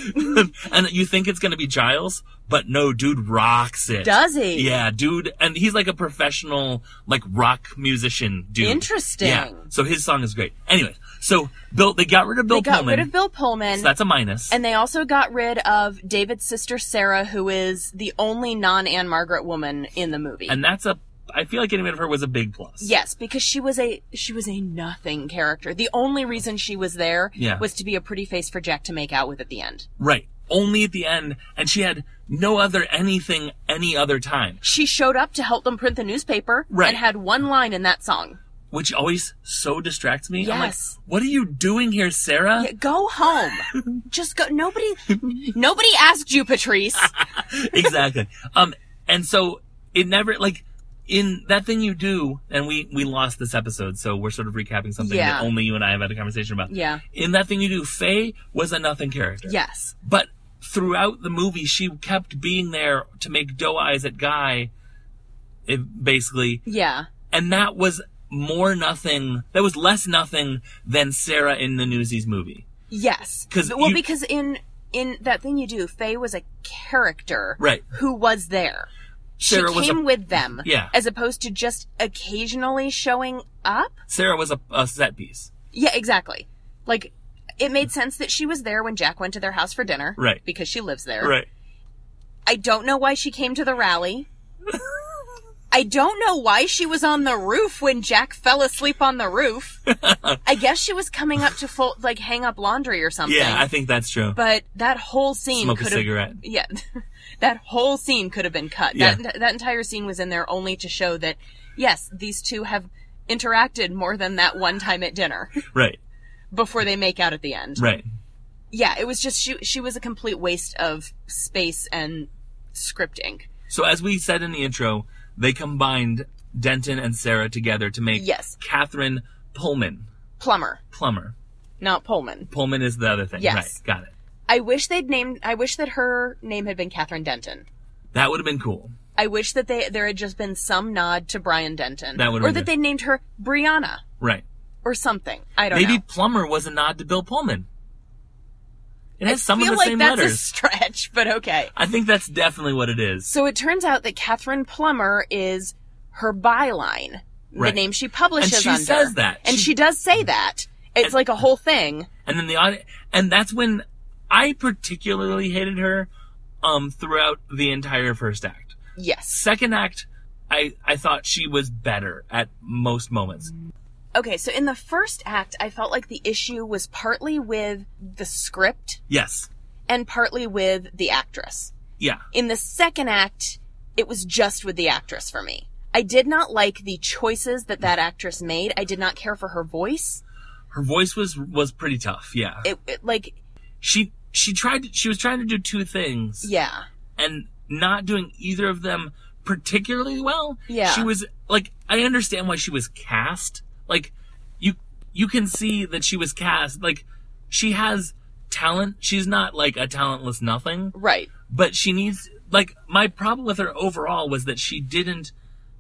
B: and you think it's going to be giles but no dude rocks it
C: Does he?
B: yeah dude and he's like a professional like rock musician dude
C: Interesting.
B: yeah so his song is great anyway so bill they got rid of bill
C: they got
B: pullman
C: rid of Bill Pullman.
B: so that's a minus
C: and they also got rid of David's sister Sarah, who is the only non Anne Margaret woman in the movie.
B: and that's a I feel like getting rid of her was a big plus.
C: yes, because she was a she was a nothing character. The only reason she was there
B: Yeah.
C: was to be a pretty face for Jack to make out with at the end.
B: Right. Only at the end, and she had no other anything any other time,
C: She showed up to help them print the newspaper
B: Right.
C: and had one line in that song.
B: which always so distracts me. I'm like,
C: Yes.
B: what are you doing here, Sarah?
C: *laughs* Go home. Just go. Nobody, nobody asked you, Patrice.
B: exactly. Um, and so it never like in that thing you do, and we we lost this episode, so we're sort of recapping something
C: Yeah.
B: that only you and I have had a conversation about.
C: Yeah.
B: In that thing you do, Faye was a nothing character.
C: *laughs* Yes.
B: But throughout the movie, she kept being there to make doe eyes at Guy, it, basically,
C: Yeah.
B: and that was more nothing. That was less nothing than Sarah in the Newsies movie.
C: Yes.
B: 'Cause
C: well,
B: you-
C: because in in that thing you do, Faye was a character,
B: Right.
C: Who was there.
B: Sarah
C: she
B: was
C: came
B: a,
C: with them,
B: Yeah.
C: as opposed to just occasionally showing up.
B: Sarah was a, a set piece.
C: Yeah, exactly. Like it made sense that she was there when Jack went to their house for dinner,
B: Right.
C: Because she lives there, I don't know why she came to the rally. I don't know why she was on the roof when Jack fell asleep on the roof.
B: *laughs*
C: I guess she was coming up to fold, like hang up laundry or something.
B: Yeah, I think that's true.
C: but that whole scene
B: Smoke a
C: could have
B: cigarette.
C: Yeah. *laughs* That whole scene could have been cut.
B: Yeah.
C: That that entire scene was in there only to show that yes, these two have interacted more than that one time at dinner *laughs*
B: Right.
C: before they make out at the end.
B: Right.
C: Yeah, it was just she she was a complete waste of space and scripting.
B: So as we said in the intro, they combined Denton and Sarah together to make
C: Yes.
B: Catherine Pullman.
C: Plumber,
B: Plumber.
C: not Pullman.
B: Pullman is the other thing.
C: Yes.
B: Right. Got it.
C: I wish they'd named. I wish that her name had been Catherine Denton.
B: That would have been cool.
C: I wish that they there had just been some nod to Brian Denton,
B: That would've
C: or
B: been
C: that
B: good.
C: they named her Brianna
B: Right.
C: or something. I don't
B: Maybe
C: know.
B: Plumber was a nod to Bill Pullman. It has some of
C: feel
B: the
C: like
B: same
C: that's a
B: letters.
C: stretch, *laughs* but okay.
B: I think that's definitely what it is.
C: So it turns out that Catherine Plummer is her byline,
B: Right.
C: the name she publishes.
B: And she
C: under.
B: says that.
C: and
B: She-
C: she, does say that. It's like a whole thing.
B: And then the audience, and that's when I particularly hated her um, throughout the entire first act.
C: Yes.
B: Second act, I I thought she was better at most moments.
C: Okay, so in the first act, I felt like the issue was partly with the script
B: Yes,
C: and partly with the actress.
B: yeah,
C: In the second act, it was just with the actress for me. I did not like the choices that that actress made. I did not care for her voice.
B: her voice was was pretty tough. Yeah,
C: It, it like
B: she she tried she was trying to do two things
C: yeah.
B: and not doing either of them particularly well.
C: Yeah.
B: She was like I understand why she was cast. Like you you can see that she was cast. Like she has talent. She's not like a talentless nothing,
C: Right.
B: but she needs like my problem with her overall was that she didn't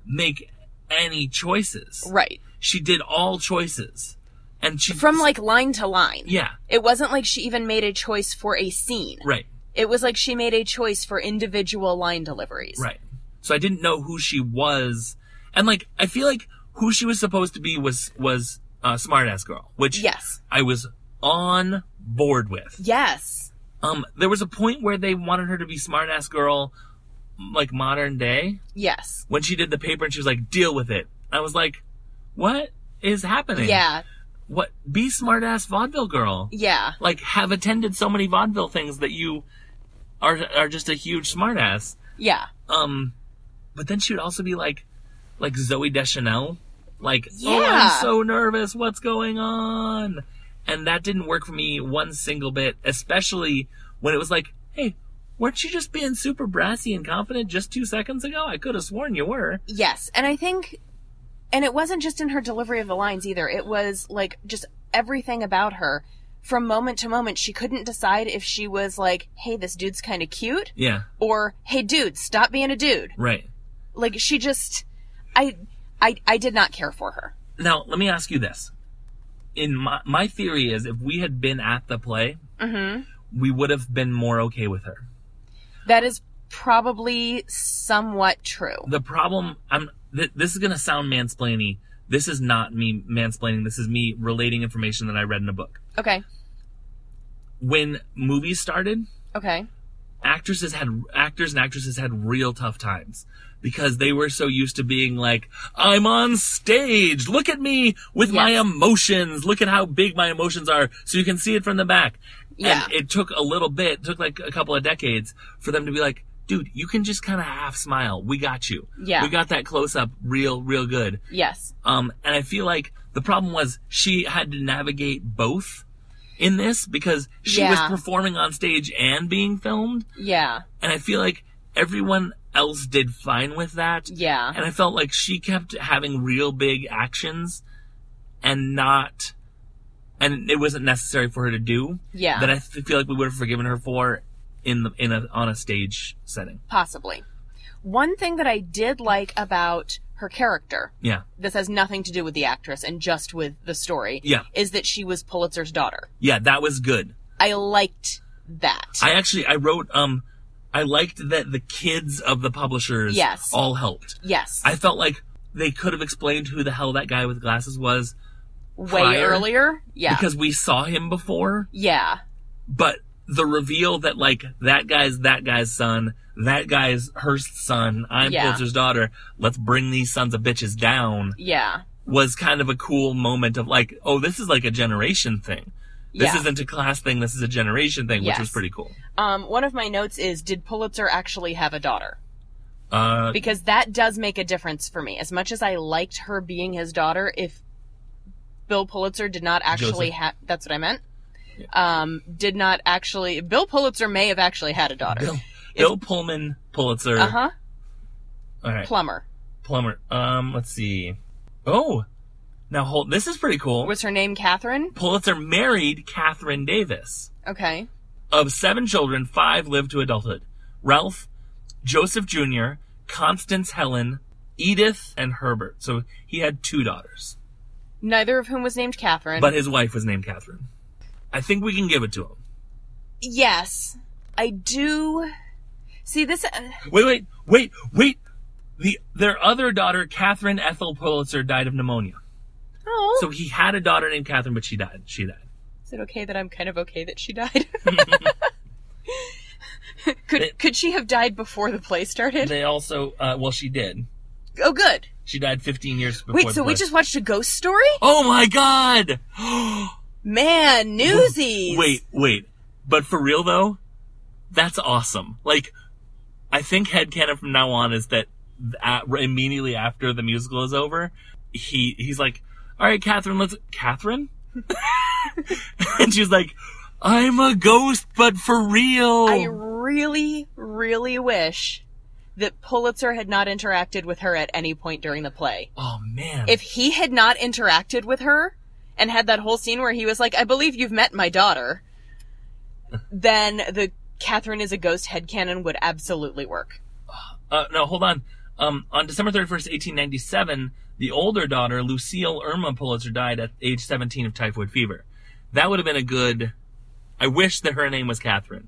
B: make any choices.
C: Right.
B: She did all choices. And she
C: From like line to line.
B: yeah,
C: It wasn't like she even made a choice for a scene.
B: right.
C: It was like she made a choice for individual line deliveries.
B: Right. So I didn't know who she was, and like I feel like who she was supposed to be was was uh, smartass girl, which
C: Yes.
B: I was on board with.
C: Yes.
B: Um, there was a point where they wanted her to be smartass girl, like modern day,
C: Yes.
B: when she did the paper and she was like, "Deal with it." I was like, "What is happening?
C: Yeah.
B: What? Be smartass vaudeville girl.
C: Yeah.
B: Like have attended so many vaudeville things that you are are just a huge smartass."
C: Yeah.
B: Um, but then she would also be like, like Zoe Deschanel, like, oh,
C: Yeah.
B: I'm so nervous. What's going on? And that didn't work for me one single bit, especially when it was like, hey, weren't you just being super brassy and confident just two seconds ago? I could have sworn you were.
C: Yes. And I think, and it wasn't just in her delivery of the lines either. It was like just everything about her. From moment to moment, she couldn't decide if she was like, hey, this dude's kind of cute,
B: Yeah,
C: or hey, dude, stop being a dude.
B: right.
C: Like, she just, I, I, I did not care for her.
B: Now, let me ask you this. In my, my theory is if we had been at the play, we would have been more okay with her.
C: That is probably somewhat true.
B: the problem i'm th- this is going to sound mansplaining this is not me mansplaining this is me relating information that i read in a book
C: Okay.
B: when movies started
C: Okay.
B: actresses had actors and actresses had real tough times because they were so used to being like i'm on stage look at me with my emotions look at how big my emotions are so you can see it from the back
C: Yeah.
B: and it took a little bit took like a couple of decades for them to be like dude you can just kind of half smile we got you
C: Yeah.
B: we got that close up real real good
C: Yes.
B: um, and I feel like the problem was she had to navigate both in this because she was
C: Yeah.
B: performing on stage and being filmed.
C: Yeah.
B: And I feel like everyone else did fine with that.
C: Yeah.
B: And I felt like she kept having real big actions and not, and it wasn't necessary for her to do.
C: Yeah.
B: That I f- feel like we would have forgiven her for in the, in a, on a stage setting.
C: Possibly. One thing that I did like about her character,
B: Yeah.
C: this has nothing to do with the actress and just with the story,
B: Yeah.
C: is that she was Pulitzer's daughter.
B: Yeah. That was good.
C: I liked that.
B: I actually I wrote um I liked that the kids of the publishers
C: Yes.
B: all helped.
C: yes.
B: I felt like they could have explained who the hell that guy with glasses was
C: Way
B: prior-
C: earlier. Yeah.
B: because we saw him before,
C: yeah.
B: but the reveal that like that guy's that guy's son, that guy's Hearst's son, I'm
C: Yeah.
B: Pulitzer's daughter, let's bring these sons of bitches down
C: Yeah.
B: was kind of a cool moment of like, oh, this is like a generation thing. This
C: Yeah.
B: isn't a class thing, this is a generation thing, which
C: Yes.
B: was pretty cool.
C: Um, one of my notes is Did Pulitzer actually have a daughter?
B: Uh
C: Because that does make a difference for me. As much as I liked her being his daughter, if Bill Pulitzer did not actually
B: Joseph.
C: have. That's what I meant. Um, did not actually. Bill Pulitzer may have actually had a daughter.
B: Bill, Bill Pullman Pulitzer.
C: Uh huh.
B: All right.
C: Plummer.
B: Plumber. Um, let's see. Oh, now hold. This is pretty cool.
C: Was her name Catherine?
B: Pulitzer married Catherine Davis.
C: Okay.
B: Of seven children, five lived to adulthood. Ralph, Joseph Jr., Constance Helen, Edith, and Herbert. So he had two daughters,
C: Neither of whom was named Catherine.
B: but his wife was named Catherine. I think we can give it to him.
C: yes, I do. See this. Uh,
B: Wait, wait, wait, wait. The their other daughter, Catherine Ethel Pulitzer, died of pneumonia.
C: oh,
B: So he had a daughter named Catherine, but she died. She died.
C: is it okay that I'm kind of okay that she
B: *laughs*
C: died? *laughs* could
B: It-
C: could she have died before the play started?
B: They also, uh, well, she did.
C: oh, good.
B: She died 15 years before.
C: Wait,
B: the
C: so we
B: play.
C: just watched a ghost story?
B: Oh my god!
C: Man, Newsies.
B: Wait, wait. But for real though, that's awesome. Like, I think headcanon from now on is that at, immediately after the musical is over, he he's like, "All right, Catherine, let's Catherine," *laughs* and she's like, "I'm a ghost, but for real."
C: I really, really wish that Pulitzer had not interacted with her at any point during the play.
B: oh man!
C: If he had not interacted with her and had that whole scene where he was like, I believe you've met my daughter, then the Catherine is a ghost headcanon would absolutely work.
B: uh, no, hold on. Um, on December 31st, 1897, the older daughter, Lucille Irma Pulitzer, died at age 17 of typhoid fever. That would have been a good. I wish that her name was Catherine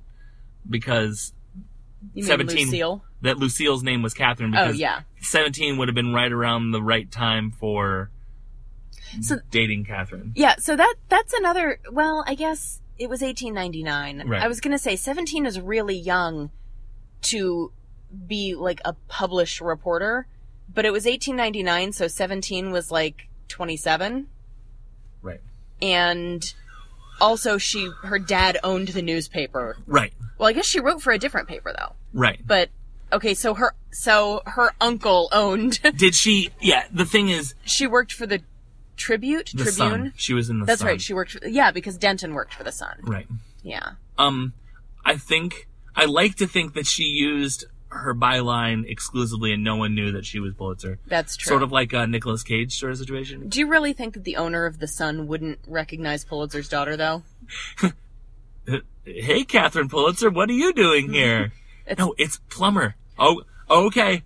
B: because
C: You mean
B: 17.
C: Lucille?
B: that Lucille's name was Catherine
C: Oh,
B: because
C: yeah.
B: 17 would have been right around the right time for
C: So-
B: dating Catherine.
C: Yeah, so that that's another. Well, I guess it was 1899.
B: Right.
C: I was gonna say 17 is really young to be like a published reporter, but it was 1899, so 17 was like 27,
B: Right.
C: and also she her dad owned the newspaper.
B: Right.
C: Well, I guess she wrote for a different paper though.
B: Right.
C: But okay, so her so her uncle owned. *laughs*
B: Did she? Yeah. The thing is,
C: she worked for the Tribute
B: the
C: Tribune.
B: sun. She was in the
C: That's
B: sun.
C: right. She worked. For, yeah, because Denton worked for the Sun.
B: right.
C: Yeah.
B: Um, I think I like to think that she used her byline exclusively, and no one knew that she was Pulitzer.
C: That's true.
B: Sort of like a Nicolas Cage sort of situation. *laughs*
C: Do you really think that the owner of the Sun wouldn't recognize Pulitzer's daughter, though? *laughs*
B: Hey, Catherine Pulitzer, what are you
C: *laughs*
B: doing here? no, it's Plummer. Oh, okay,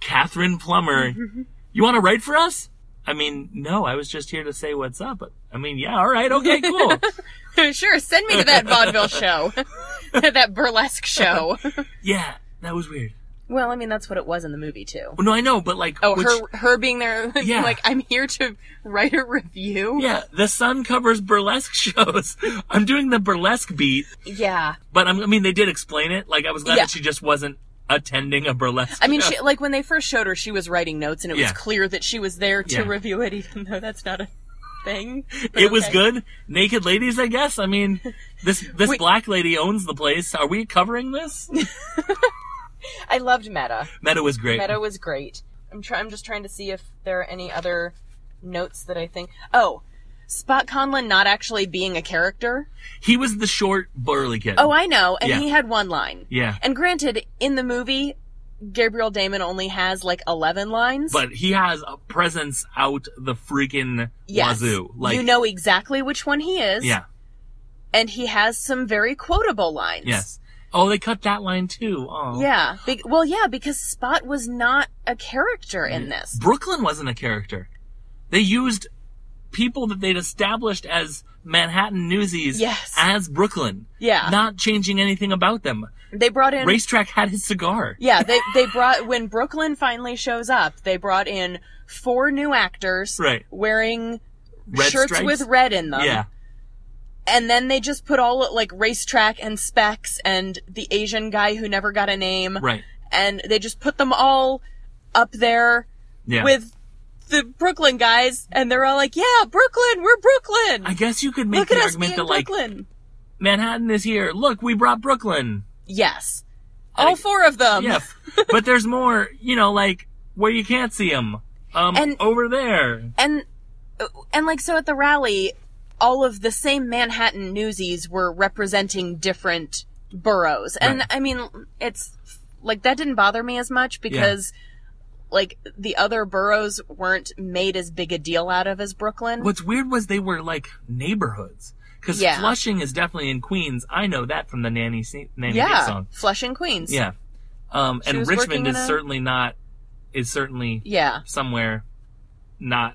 B: Catherine
C: *laughs*
B: Plummer.
C: Mm-hmm.
B: you want to write for us? I mean, no, I was just here to say what's up. But I mean, yeah, all right, okay,
C: *laughs*
B: cool.
C: sure, send me
B: *laughs*
C: to that vaudeville show, *laughs* that burlesque show.
B: yeah, that was weird.
C: well, I mean, that's what it was in the movie too.
B: Well, no, I know, but like,
C: Oh,
B: which-
C: her her being there, *laughs* being
B: Yeah.
C: like I'm here to write a review.
B: Yeah, the sun covers burlesque *laughs* shows. I'm doing the burlesque beat.
C: Yeah.
B: But I'm, I mean, they did explain it. Like, I was glad
C: Yeah.
B: that she just wasn't attending a burlesque.
C: I mean,
B: show.
C: she, like when they first showed her, she was writing notes, and it
B: Yeah.
C: was clear that she was there to
B: Yeah.
C: review it, *laughs* even though that's not a thing.
B: it was good. Naked ladies, I guess. I mean, this this black lady owns the place. Are we covering
C: *laughs*
B: this?
C: I loved Meta.
B: Meta was great.
C: Meta was great. I'm try- I'm just trying to see if there are any other notes that I think. Oh, Spot Conlon not actually being a character.
B: He was the short burly kid.
C: Oh, I know, and
B: Yeah.
C: he had one line.
B: yeah.
C: And granted, in the movie, Gabriel Damon only has like eleven lines.
B: But he has a presence out the freaking
C: yes,
B: wazoo. Like,
C: you know exactly which one he is.
B: yeah,
C: and he has some very quotable lines.
B: yes. Oh, they cut that line too. Oh,
C: Yeah. Be- well, yeah, because Spot was not a character
B: Mm.
C: in this.
B: Brooklyn wasn't a character. They used people that they'd established as Manhattan newsies
C: Yes.
B: as Brooklyn.
C: Yeah.
B: Not changing anything about them.
C: They brought in
B: Racetrack had his cigar.
C: Yeah, they they brought when Brooklyn finally shows up, they brought in four new actors
B: Right.
C: wearing
B: Red
C: shirts
B: stripes?
C: with red in them.
B: Yeah.
C: And then they just put all like racetrack and specs and the Asian guy who never got a name.
B: Right.
C: And they just put them all up there
B: Yeah.
C: with the Brooklyn guys and they're all like, Yeah, Brooklyn, we're Brooklyn.
B: I guess you could make
C: Look
B: the
C: at us
B: argument
C: being
B: that like
C: Brooklyn.
B: Manhattan is here. Look, we brought Brooklyn.
C: yes. All four of them. *laughs*
B: Yeah. but there's more, you know, like where you can't see him. Um
C: And-
B: over there.
C: and and like so at the rally all of the same manhattan newsies were representing different boroughs and
B: Right.
C: i mean it's like that didn't bother me as much because like the other boroughs weren't made as big a deal out of as brooklyn
B: What's weird was they were like neighborhoods. Because
C: Yeah.
B: Flushing is definitely in Queens. I know that from the Nanny, Se- Nanny Dick
C: yeah
B: song.
C: flushing queens
B: Yeah. Um, and
C: was
B: Richmond
C: working
B: is
C: in a-
B: certainly not, is certainly
C: yeah
B: somewhere not,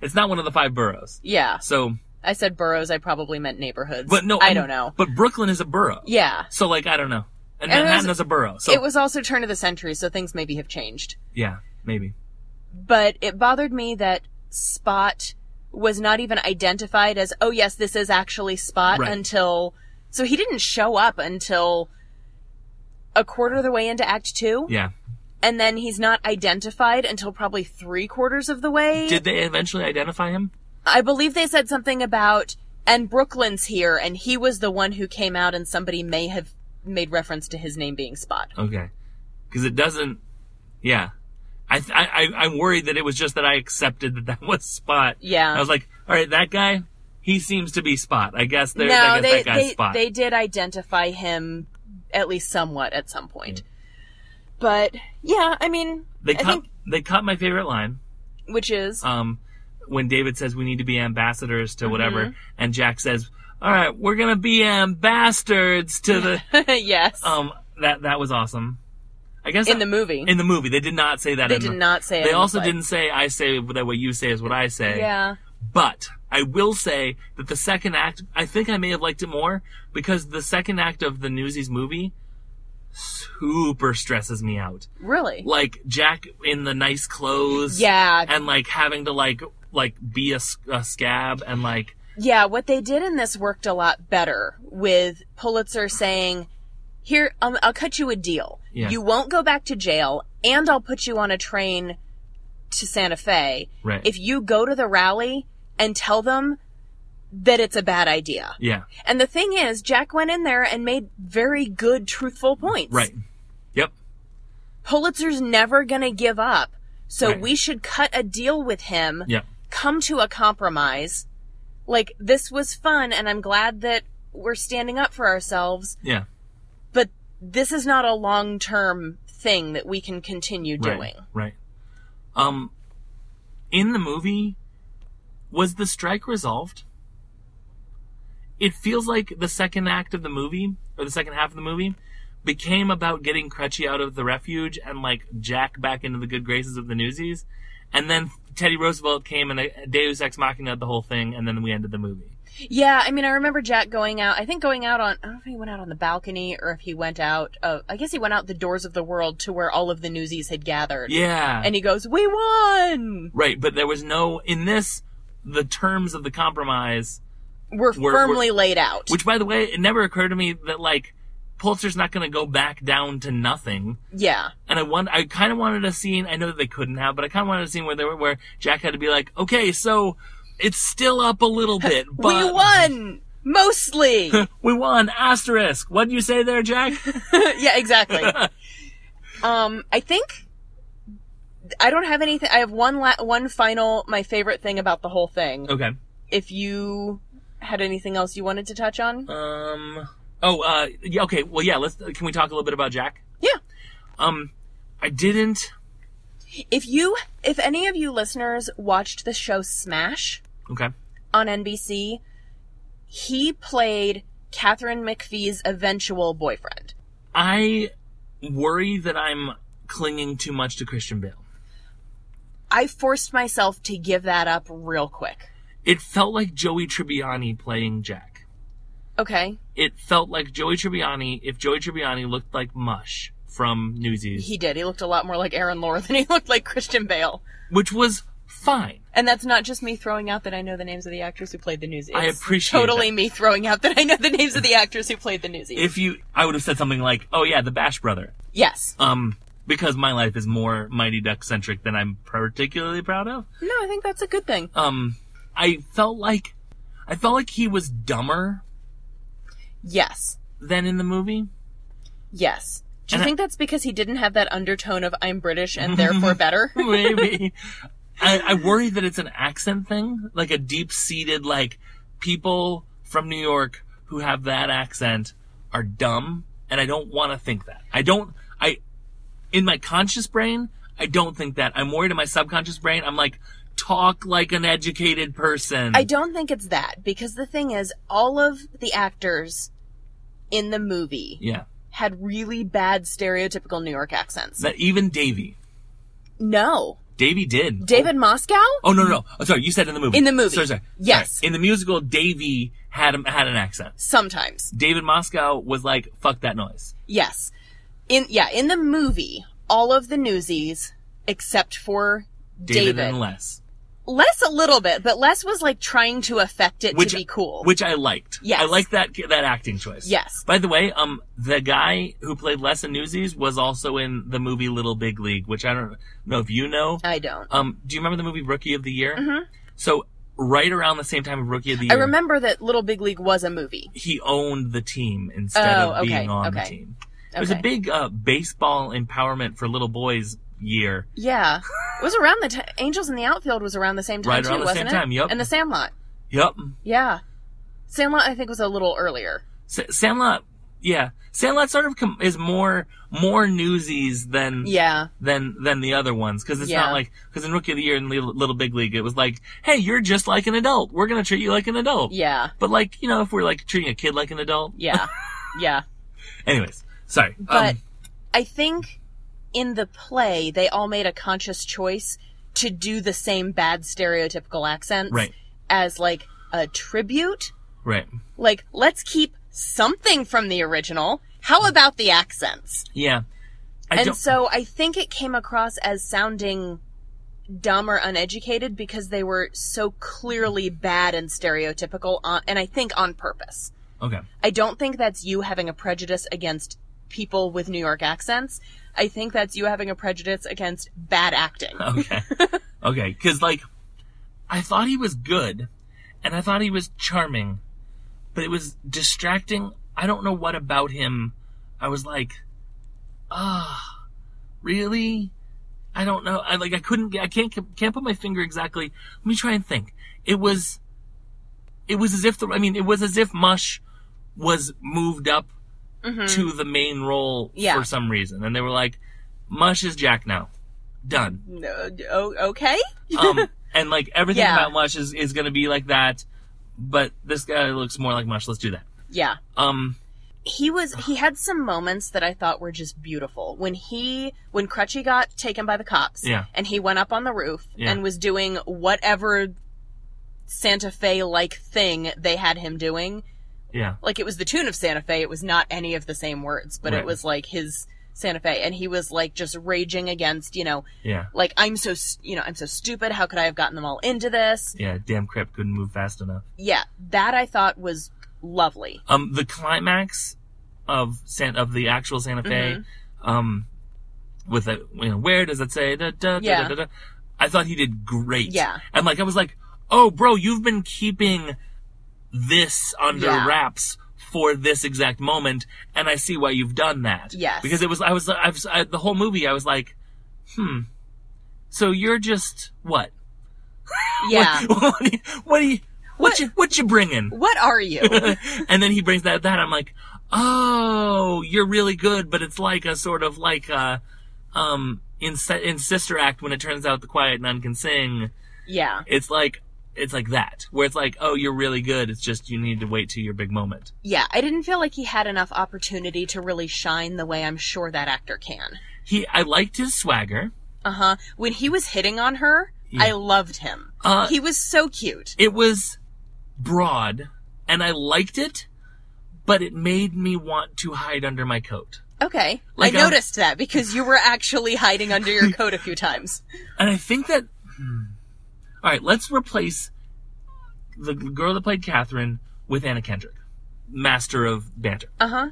B: it's not one of the five boroughs.
C: yeah
B: So
C: I said boroughs. I probably meant neighborhoods.
B: But no,
C: I
B: mean,
C: don't know.
B: But Brooklyn is a borough.
C: Yeah.
B: So like I don't know. And,
C: And it was-
B: Manhattan is a borough. So
C: It was also turn of the century, so things maybe have changed.
B: yeah, maybe.
C: But it bothered me that Spot was not even identified as, oh yes, this is actually Spot
B: Right.
C: until, so he didn't show up until a quarter of the way into Act Two.
B: Yeah.
C: And then he's not identified until probably three quarters of the way.
B: Did they eventually identify him?
C: I believe they said something about, and Brooklyn's here, and he was the one who came out, and somebody may have made reference to his name being Spot.
B: Okay. Because it doesn't. Yeah. I, th- I I I'm worried that it was just that I accepted that that was Spot.
C: Yeah.
B: I was like, all right, that guy. He seems to be Spot. I guess there. I guess
C: no, they
B: that guy's
C: they,
B: Spot.
C: they did identify him at least somewhat at some point. But yeah, I mean,
B: They
C: I
B: cut.
C: think
B: They cut my favorite line.
C: which is
B: Um, when David says we need to be ambassadors to whatever,
C: Mm-hmm.
B: and Jack says, "All right, we're gonna be ambassadors to
C: *laughs*
B: the."
C: yes
B: Um, that that was awesome. I guess
C: in the movie.
B: in the movie they did not say that.
C: they
B: in
C: did
B: the-
C: not say. it
B: They
C: in the
B: also
C: play.
B: didn't say I say that what you say is what I say.
C: Yeah,
B: But I will say that the second act, I think I may have liked it more because the second act of the Newsies movie super stresses me out.
C: really.
B: Like Jack in the nice clothes.
C: Yeah.
B: And like having to like, like be a, s- a scab and like,
C: Yeah, what they did in this worked a lot better with Pulitzer saying, "Here, um, I'll cut you a deal.
B: Yeah.
C: You won't go back to jail, and I'll put you on a train to Santa Fe
B: Right.
C: if you go to the rally and tell them that it's a bad idea."
B: yeah,
C: And the thing is, Jack went in there and made very good, truthful points.
B: right. Yep.
C: Pulitzer's never going to give up. So
B: Right.
C: we should cut a deal with him,
B: Yep.
C: come to a compromise. Like, this was fun, and I'm glad that we're standing up for ourselves,
B: Yeah.
C: but this is not a long term thing that we can continue
B: Right,
C: doing.
B: Right. Um, in the movie, was the strike resolved? It feels like the second act of the movie, or the second half of the movie, became about getting Crutchy out of the refuge and like Jack back into the good graces of the Newsies, and then Teddy Roosevelt came and uh, Deus Ex Machina the whole thing, and then we ended the movie.
C: Yeah, I mean, I remember Jack going out. I think going out on. I don't know if he went out on the balcony or if he went out. Of, I guess he went out the doors of the world to where all of the newsies had gathered.
B: Yeah.
C: And he goes, "We won.
B: right, but there was no in this. The terms of the compromise
C: We're,
B: We're-
C: firmly laid out."
B: Which, by the way, it never occurred to me that like Pulitzer's not going to go back down to nothing.
C: yeah,
B: And I want, I kind of wanted a scene. I know that they couldn't have, but I kind of wanted a scene where they were, where Jack had to be like, okay, so it's still up a little bit, but
C: *laughs* we won
B: *laughs*
C: mostly.
B: We won. Asterisk. What do you say there, Jack? *laughs*
C: *laughs* yeah, exactly. um, I think I don't have anything. I have one la- one final my favorite thing about the whole thing.
B: okay.
C: If you had anything else you wanted to touch on,
B: Um. Oh. Uh. Yeah. Okay. Well. Yeah. Let's. Can we talk a little bit about Jack?
C: yeah.
B: Um. I didn't.
C: If you, if any of you listeners watched the show Smash
B: Okay.
C: on NBC, he played Catherine McPhee's eventual boyfriend.
B: I worry that I'm clinging too much to Christian Bale.
C: I forced myself to give that up real quick.
B: It felt like Joey Tribbiani playing Jack.
C: Okay,
B: It felt like Joey Tribbiani if Joey Tribbiani looked like Mush from Newsies,
C: he did. He looked a lot more like Aaron Lore than he looked like Christian Bale.
B: which was fine.
C: And that's not just me throwing out that I know the names of the actors who played the Newsies.
B: I appreciate
C: totally
B: that.
C: me throwing out that I know the names of the actors who played the Newsies.
B: If you, I would have said something like, "Oh yeah, the Bash Brother,"
C: yes.
B: um, because my life is more Mighty Duck centric than I'm particularly proud of.
C: No, I think that's a good thing.
B: Um, I felt like, I felt like he was dumber
C: yes.
B: than in the movie.
C: Yes. Do you
B: And I-
C: think that's because he didn't have that undertone of I'm British
B: *laughs*
C: and therefore better?
B: Maybe. I, I worry that it's an accent thing, like a deep seated, like people from New York who have that accent are dumb, and I don't want to think that. I don't. I in my conscious brain, I don't think that. I'm worried in my subconscious brain. I'm like, talk like an educated person.
C: I don't think it's that because the thing is all of the actors in the movie
B: yeah.
C: had really bad stereotypical New York accents.
B: That even Davy.
C: No.
B: Davy did.
C: David Moscow?
B: Oh no, no, no. Oh, sorry, you said in the movie.
C: In the movie.
B: Sorry, sorry.
C: Yes.
B: Sorry. In the musical, Davy had a- had an accent.
C: Sometimes.
B: David Moscow was like, "Fuck that noise."
C: Yes. In yeah, in the movie, all of the newsies except for David.
B: David, and Les,
C: Les a little bit, but Les was like trying to affect it
B: which
C: to be cool.
B: which I liked.
C: Yes.
B: I liked that that acting choice.
C: Yes.
B: By the way, um, the guy who played Les in Newsies was also in the movie Little Big League, which I don't know if you know.
C: I don't.
B: Um, do you remember the movie Rookie of the Year? Mm-hmm. So right around the same time of Rookie of the
C: I
B: Year,
C: remember that Little Big League was a movie.
B: he owned the team instead
C: Oh,
B: of being
C: okay,
B: on the
C: okay.
B: team. It was a
C: Okay.
B: big uh, baseball empowerment for little boys year.
C: Yeah. It was around the time Angels in the Outfield was around the same time
B: Right
C: too,
B: around the
C: wasn't
B: same
C: it?
B: time, yep.
C: And the Sandlot.
B: Yep.
C: Yeah. Sandlot I think was a little earlier.
B: S- Sandlot, yeah. Sandlot sort of com- is more more newsies than
C: Yeah.
B: than than the other ones because it's
C: Yeah.
B: not like because in Rookie of the Year and Little, little Big League it was like, hey, you're just like an adult. We're gonna treat you like an adult.
C: Yeah.
B: But like you know, if we're like treating a kid like an adult, *laughs*
C: Yeah. yeah.
B: Anyways, sorry.
C: But
B: um,
C: I think in the play, they all made a conscious choice to do the same bad stereotypical accents
B: Right.
C: as like a tribute.
B: right.
C: Like, let's keep something from the original. How about the accents?
B: Yeah. I
C: and
B: don't,
C: so I think it came across as sounding dumb or uneducated because they were so clearly bad and stereotypical, on, and I think on purpose.
B: okay.
C: I don't think that's you having a prejudice against people with New York accents. I think that's you having a prejudice against bad acting.
B: *laughs* Okay. okay. Because, like, I thought he was good and I thought he was charming, but it was distracting. I don't know what about him. I was like, ah, really? I don't know. I like, I couldn't, I can't, can't put my finger exactly. Let me try and think. It was, it was as if the, I mean, it was as if Mush was moved up to the main role
C: Yeah.
B: for some reason. And they were like, Mush is Jack now. Done
C: No, oh, okay.
B: um, and like everything
C: Yeah.
B: about Mush is, is going to be like that, but this guy looks more like Mush. Let's do that.
C: Yeah.
B: Um,
C: He was he had some moments that I thought were just beautiful. When he when Crutchy got taken by the cops
B: Yeah.
C: and he went up on the roof
B: Yeah.
C: and was doing whatever Santa Fe like thing they had him doing.
B: yeah,
C: like it was the tune of Santa Fe. It was not any of the same words, but
B: Right.
C: it was like his Santa Fe, and he was like just raging against, you know,
B: yeah,
C: like I'm so, s- you know, I'm so stupid. How could I have gotten them all into this?
B: yeah. Damn, crap couldn't move fast enough.
C: Yeah, that I thought was lovely.
B: Um, the climax of San- of the actual Santa Fe,
C: Mm-hmm.
B: um, with a you know, where does it say? Da, da, da,
C: Yeah.
B: da, da, da. I thought he did great.
C: Yeah.
B: and like I was like, oh, bro, you've been keeping this under
C: Yeah.
B: wraps for this exact moment, and I see why you've done that.
C: Yes.
B: because it was I was I was I, the whole movie I was like, hmm. So you're just what?
C: Yeah,
B: what *laughs* do you, what do you, what,
C: What-
B: you, what you bringing?
C: what are you?
B: *laughs*
C: *laughs*
B: and then he brings that that I'm like, oh, you're really good, but it's like a sort of like a, um in Si- in Sister Act when it turns out the quiet nun can sing.
C: Yeah,
B: It's like it's like that where it's like, oh, you're really good. It's just you need to wait till your big moment.
C: yeah. I didn't feel like he had enough opportunity to really shine the way I'm sure that actor can.
B: He I liked his swagger.
C: Uh huh. When he was hitting on her, I loved him.
B: Uh,
C: he was so cute.
B: It was broad and I liked it, but it made me want to hide under my coat.
C: Okay.
B: Like,
C: I
B: um,
C: noticed that because you were actually hiding under your coat a few times.
B: And I think that. hmm. All right, let's replace the girl that played Catherine with Anna Kendrick, master of banter.
C: Uh huh.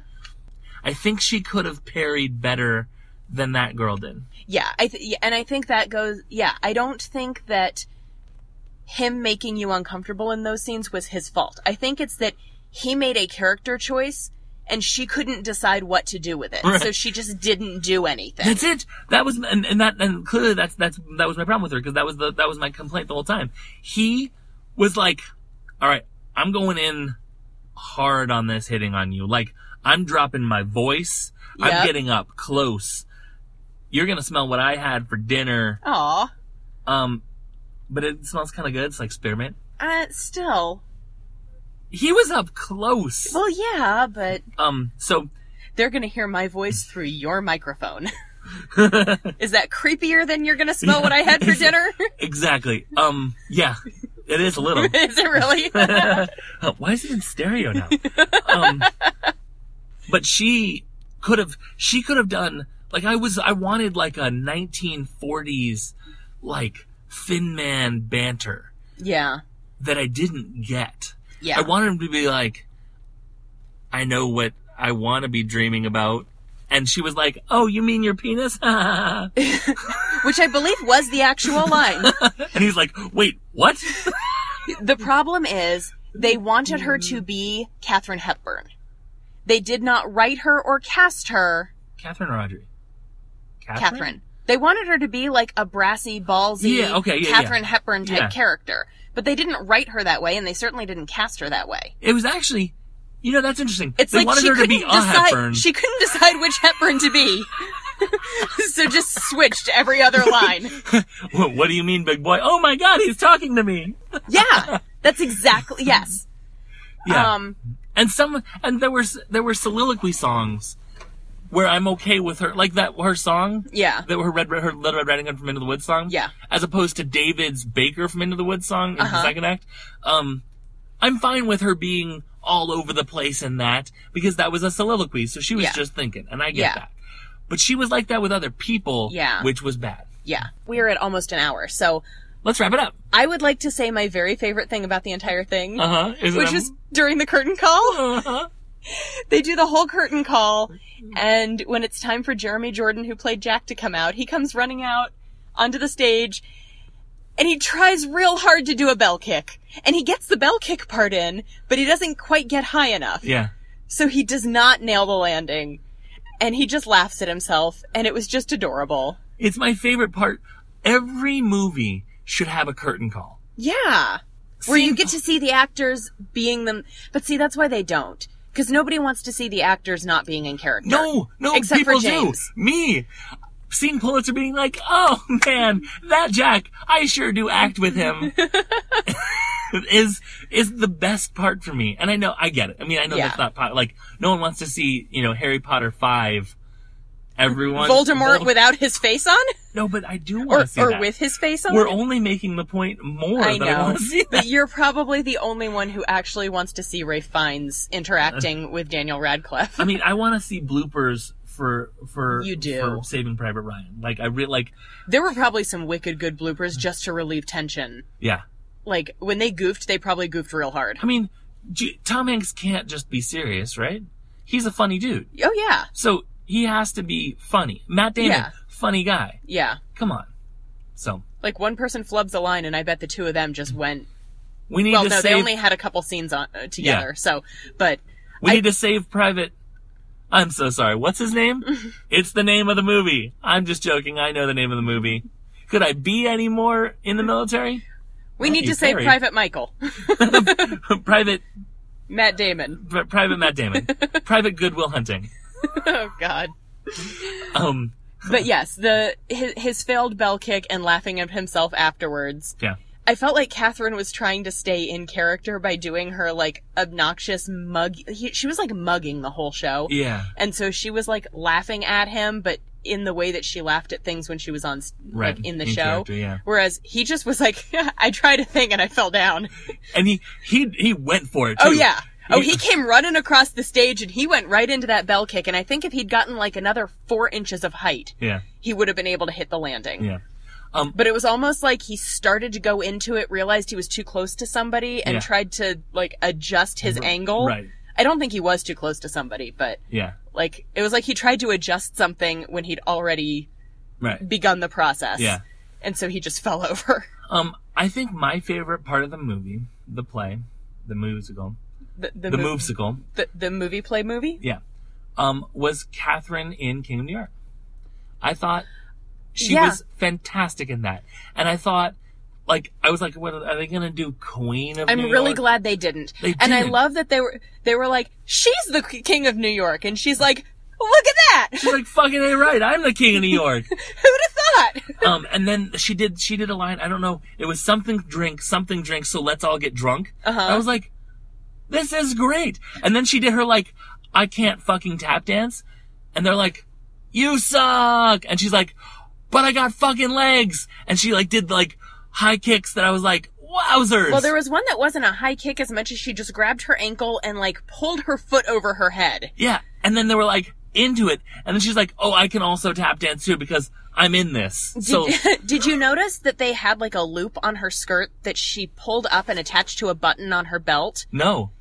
B: I think she could have parried better than that girl did.
C: Yeah. I th- yeah, and I think that goes. Yeah. I don't think that him making you uncomfortable in those scenes was his fault. I think it's that he made a character choice and she couldn't decide what to do with it,
B: Right.
C: so she just didn't do anything.
B: That's it. That was and, and that and clearly that's that's that was my problem with her because that was the that was my complaint the whole time. He was like, "All right, I'm going in hard on this hitting on you. Like I'm dropping my voice. I'm
C: Yep.
B: getting up close. You're gonna smell what I had for dinner."
C: Aw.
B: Um, but it smells kind of good. It's like spearmint.
C: Uh, still.
B: He was up close.
C: Well, yeah, but
B: Um, so *laughs*
C: they're gonna hear my voice through your microphone. Is that creepier than you're gonna smell what I had for dinner? *laughs*
B: Exactly. Um, yeah, it is a little. *laughs*
C: Is it really? *laughs*
B: Huh, Why is it in stereo now? um, but she could have, she could have done, like, I was, I wanted like a 1940s, like, thin man banter
C: yeah.
B: that I didn't get.
C: Yeah.
B: I wanted him to be like, I know what I want to be dreaming about. And she was like, Oh, you mean your penis? *laughs* and
C: Which I believe was the actual line.
B: he's like, Wait, what?
C: The problem is they wanted her to be Katherine Hepburn. They did not write her or cast her
B: Catherine or Audrey?
C: Catherine. They wanted her to be like a brassy, ballsy,
B: Yeah, okay, yeah, yeah.
C: Catherine Hepburn type
B: Yeah.
C: character. But they didn't write her that way, and they certainly didn't cast her that way.
B: It was actually, you know, that's interesting.
C: It's
B: they
C: like
B: wanted
C: she
B: her to
C: couldn't
B: be a
C: decide.
B: Hepburn.
C: She couldn't decide which Hepburn to be, *laughs* so just switched every other line.
B: *laughs* what, what do you mean, big boy? Oh my god, he's talking to me.
C: Yeah, that's exactly yes.
B: Yeah.
C: Um,
B: and some, and there were s- there were soliloquy songs where I'm okay with her, like that her song.
C: Yeah.
B: That her red her Little Red Riding Hood from Into the Woods song.
C: Yeah. Uh-huh.
B: As opposed to David's Baker from Into the Woods song in the second act. Um, I'm fine with her being all over the place in that because that was a soliloquy, so she was
C: Yeah.
B: just thinking, and I get
C: Yeah.
B: that. But she was like that with other people,
C: Yeah.
B: which was bad.
C: yeah, we are at almost an hour, so
B: Let's wrap it up.
C: I would like to say my very favorite thing about the entire thing,
B: Uh huh.
C: which is during the curtain call.
B: Uh-huh.
C: they do the whole curtain call, and when it's time for Jeremy Jordan, who played Jack, to come out, he comes running out onto the stage, and he tries real hard to do a bell kick. And he gets the bell kick part in, but he doesn't quite get high enough.
B: Yeah.
C: So he does not nail the landing. And he just laughs at himself, and it was just adorable.
B: It's my favorite part. Every movie should have a curtain call.
C: Yeah. Where you
B: Same-
C: get to see the actors being them. But see, that's why they don't. Because nobody wants to see the actors not being in character.
B: No, no,
C: Except for
B: people
C: James.
B: do. Me. Seeing Pulitzer being like, oh man, that Jack, I sure do act with
C: *laughs*
B: him. is is the best part for me. And I know I get it. I mean I know
C: Yeah.
B: that's not po- like no one wants to see, you know, Harry Potter five everyone
C: Voldemort
B: Vold-
C: without his face on?
B: No, but I do want
C: or,
B: to see
C: or
B: that.
C: with his face on?
B: We're only making the point more
C: I
B: that I
C: know.
B: want to see that.
C: But you're probably the only one who actually wants to see Ray Fiennes interacting with Daniel Radcliffe. *laughs*
B: I mean, I want to see bloopers for for
C: You do.
B: for Saving Private Ryan. Like I really like
C: There were probably some wicked good bloopers just to relieve tension.
B: yeah.
C: Like, when they goofed, they probably goofed real hard.
B: I mean, J- Tom Hanks can't just be serious, right? He's a funny dude,
C: Oh, yeah.
B: so he has to be funny. Matt Damon,
C: Yeah.
B: funny guy.
C: Yeah.
B: Come on. So
C: Like, one person flubs a line, and I bet the two of them just went.
B: we need
C: Well,
B: to
C: no,
B: save.
C: they only had a couple scenes on uh, together.
B: Yeah.
C: So, but
B: we need to save Private. I'm so sorry. What's his
C: *laughs*
B: name? it's the name of the movie. I'm just joking. I know the name of the movie. Could I be any more in the military? *laughs*
C: we need
B: you
C: to say
B: very-
C: Private Michael, *laughs*
B: Private,
C: Matt Damon. *laughs*
B: Pri- Private Matt Damon, Private Goodwill Hunting.
C: Oh God.
B: Um,
C: But yes, the his, his failed bell kick and laughing at himself afterwards.
B: yeah.
C: I felt like Catherine was trying to stay in character by doing her like obnoxious mug. He, she was like mugging the whole show,
B: Yeah.
C: and so she was like laughing at him, but in the way that she laughed at things when she was on s-
B: Right.
C: like in the
B: In
C: show.
B: character, yeah.
C: Whereas he just was like, *laughs* I tried a thing and I fell down.
B: And he he he went for it. Too.
C: Oh yeah. Oh, he came running across the stage and he went right into that bell kick. And I think if he'd gotten like another four inches of height,
B: Yeah.
C: he would have been able to hit the landing.
B: Yeah.
C: But it was almost like he started to go into it, realized he was too close to somebody, and
B: Yeah.
C: tried to like adjust his angle.
B: right.
C: I don't think he was too close to somebody, but
B: Yeah.
C: like it was like he tried to adjust something when he'd already
B: Right.
C: begun the process.
B: Yeah.
C: And so he just fell *laughs* over.
B: Um, I think my favorite part of the movie, the play, the musical,
C: The, the,
B: the
C: mov-
B: movesicle,
C: The, the movie play movie?
B: yeah, um, was Catherine in King of New York. I thought she
C: Yeah.
B: was fantastic in that, and I thought, like, I was like, what are they gonna do, Queen of?
C: I'm
B: New
C: really
B: York?
C: glad they didn't.
B: They
C: And I
B: didn't.
C: love that they were they were like, she's the k- king of New York, and she's like, look at that. *laughs*
B: She's like, fucking a right, I'm the King of New York.
C: Who'd have thought?
B: um, and then she did she did a line. I don't know. It was something drink, something drink. So let's all get drunk. Uh-huh. I was like, this is great. And then she did her like, I can't fucking tap dance. And they're like, you suck. And she's like, but I got fucking legs. And she like did like high kicks that I was like, wowzers.
C: Well, there was one that wasn't a high kick as much as she just grabbed her ankle and like pulled her foot over her head.
B: yeah. And then they were like into it. And then she's like, oh, I can also tap dance too because I'm in this. So
C: *laughs* Did you notice that they had like a loop on her skirt that she pulled up and attached to a button on her belt?
B: *laughs* no.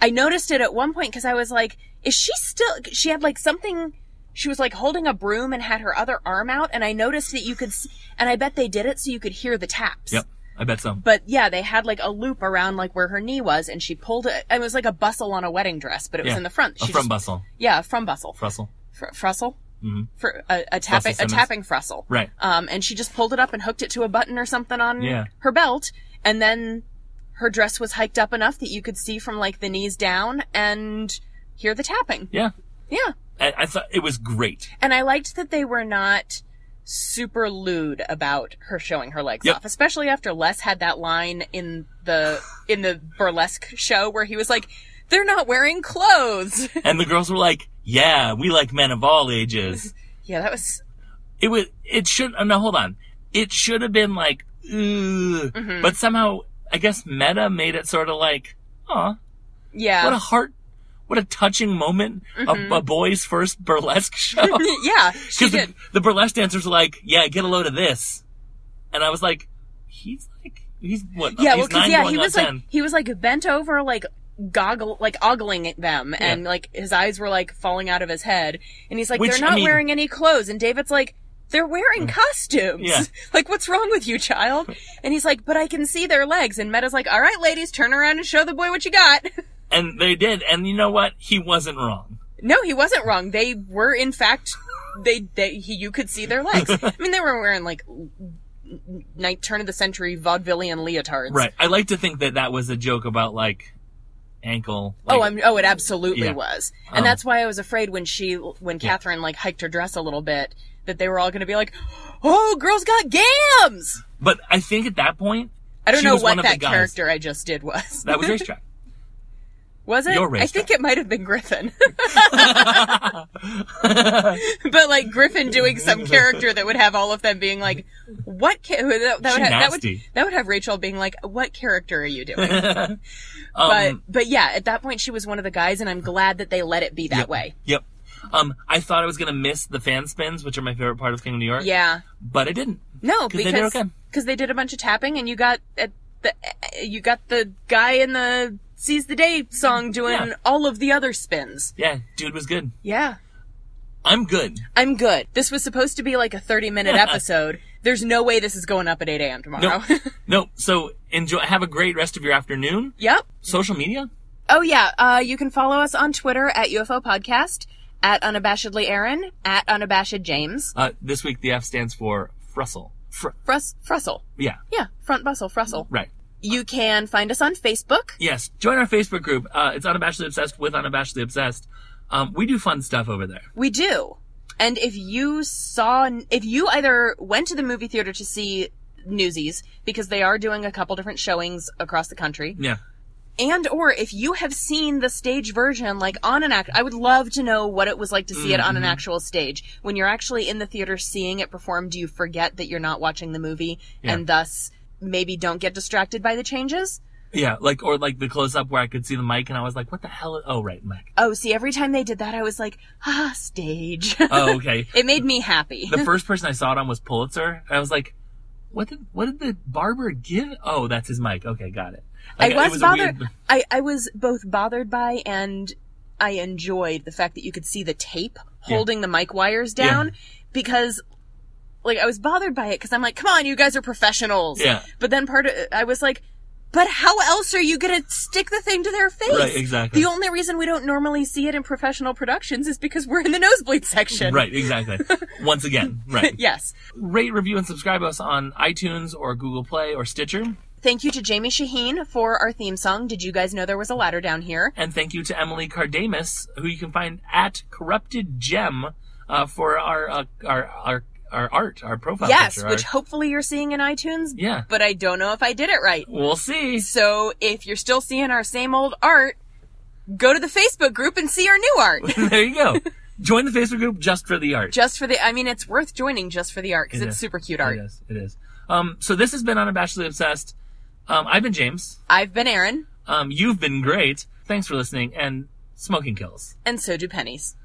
C: I noticed it at one point because I was like, is she still, she had like something, she was like holding a broom and had her other arm out. And I noticed that you could, s- and I bet they did it so you could hear the taps.
B: Yep. I bet so.
C: But yeah, they had like a loop around like where her knee was and she pulled it. It was like a bustle on a wedding dress, but it was
B: Yeah.
C: in the front.
B: A
C: She
B: from
C: just-
B: bustle.
C: Yeah, a from bustle.
B: Russell.
C: Fr- frussel. For a, a tapping, a
B: Simmons.
C: tapping frussel,
B: Right.
C: Um, and she just pulled it up and hooked it to a button or something on
B: Yeah.
C: her belt, and then her dress was hiked up enough that you could see from like the knees down and hear the tapping.
B: Yeah.
C: Yeah,
B: I, I thought it was great.
C: and I liked that they were not super lewd about her showing her legs
B: Yep.
C: off, especially after Les had that line in the in the burlesque show where he was like, "They're not wearing clothes." *laughs*
B: And the girls were like, yeah, we like men of all ages.
C: yeah, that was
B: It was, it should, uh, no, hold on. It should have been like, ugh.
C: Mm-hmm.
B: But somehow, I guess meta made it sort of like, aw,
C: yeah.
B: what a heart, what a touching moment of a boy's first burlesque *laughs* show.
C: *laughs* yeah, *laughs* she
B: Because
C: did.
B: the, the burlesque dancers were like, yeah, get a load of this. And I was like, he's like, he's what?
C: Yeah,
B: he's
C: well, 'cause,
B: nine
C: yeah,
B: going
C: he
B: on
C: was like
B: 10.
C: he was like bent over, like goggle, like ogling at them, and like his eyes were like falling out of his head, and he's like,
B: Which,
C: "They're
B: I
C: not
B: mean- Mm.
C: wearing any clothes," and David's like. They're wearing costumes.
B: Yeah.
C: *laughs* Like, what's wrong with you, child? And he's like, but I can see their legs. And Meta's like, all right, ladies, turn around and show the boy what you got. *laughs*
B: and they did. And you know what? He wasn't wrong.
C: no, he wasn't wrong. They were, in fact, they, they he, you could see
B: *laughs*
C: their legs. I mean, they were wearing like night turn of the century vaudevillian leotards.
B: Right. I like to think that that was a joke about like ankle. Like,
C: Oh, I'm. Oh, it absolutely
B: Yeah. Uh-huh.
C: was, and that's why I was afraid when she, when Catherine like hiked her dress a little bit, that they were all going to be like, "Oh, girls got gams."
B: But I think at that point,
C: I don't
B: She
C: know
B: was one
C: what
B: of the
C: that
B: guys.
C: character I just did was.
B: that was
C: *laughs*
B: racetrack.
C: was it?
B: your
C: I
B: race
C: think it might have
B: *laughs*
C: been Griffin, *laughs* but like Griffin doing some character that would have all of them being like, "What?" Ca-? That, that
B: She
C: would have, that would
B: nasty.
C: that would have Rachel being like, "What character are
B: *laughs*
C: you doing?" but
B: Um,
C: but yeah, at that point she was one of the guys, and I'm glad that they let it be that way.
B: Yep. Um, I thought I was gonna miss the fan spins, which are my favorite part of King of New York.
C: Yeah.
B: But I didn't.
C: No,
B: 'Cause they
C: because
B: did okay.
C: cause they did a bunch of tapping, and you got at the you got the guy in the "Seize the Day" song doing
B: Yeah.
C: all of the other spins.
B: Yeah, dude was good.
C: Yeah,
B: I'm good.
C: I'm good. This was supposed to be like a 30 minute episode. There's no way this is going up at 8 a.m. tomorrow.
B: No, no. So enjoy. Have a great rest of your afternoon.
C: *laughs* yep.
B: Social media.
C: Oh yeah. Uh, you can follow us on Twitter at UFO Podcast, at unabashedly Aaron, at unabashed James,
B: Uh, this week the F stands for Frussel. Fr-
C: Frus Frussel.
B: yeah.
C: Yeah, front bustle Frussel.
B: Right.
C: You can find us on Facebook.
B: Yes. Join our Facebook group. Uh, it's unabashedly obsessed with unabashedly obsessed. Um, we do fun stuff over there.
C: We do. And if you saw, if you either went to the movie theater to see Newsies because they are doing a couple different showings across the country,
B: Yeah.
C: and or if you have seen the stage version, like on an act, I would love to know what it was like to see it on an actual stage. When you're actually in the theater seeing it performed, do you forget that you're not watching the movie and thus maybe don't get distracted by the changes?
B: Yeah, like or like the close up where I could see the mic and I was like, "What the hell?" Is- oh, right, mic.
C: Oh, see, every time they did that, I was like, ah, stage.
B: Oh, okay.
C: *laughs* it made me happy.
B: the first person I saw it on was Pulitzer, and I was like, "What did what did the barber give?" Oh, that's his mic. Okay, got it. Like,
C: I
B: it
C: was,
B: a
C: bothered.
B: weird-
C: I, I was both bothered by and I enjoyed the fact that you could see the tape holding the mic wires down because, like, I was bothered by it because I'm like, come on, you guys are professionals.
B: *laughs* Yeah.
C: But then part of I was like, but how else are you going to stick the thing to their face?
B: Right, exactly.
C: The only reason we don't normally see it in professional productions is because we're in the nosebleed section.
B: Right,
C: *laughs*
B: exactly. Once again, right.
C: Yes.
B: Rate, review, and subscribe us on iTunes or Google Play or Stitcher.
C: Thank you to Jamie Shaheen for our theme song. Did you guys know there was a ladder down here?
B: And thank you to Emily Cardamus, who you can find at Corrupted Gem uh, for our, uh, our our our art, our profile
C: Yes,
B: picture.
C: which
B: our-
C: hopefully you're seeing in iTunes.
B: Yeah.
C: But I don't know if I did it right.
B: we'll see.
C: So if you're still seeing our same old art, go to the Facebook group and see our new art.
B: *laughs* there you go. Join the Facebook group just for the art.
C: Just for the, I mean, it's worth joining just for the art because
B: It
C: it's
B: is.
C: super cute art.
B: It is. It is. Um, so this has been Unabashedly Obsessed. Um, I've been James.
C: I've been Aaron,
B: Um, you've been great. Thanks for listening. And smoking kills.
C: and so do pennies.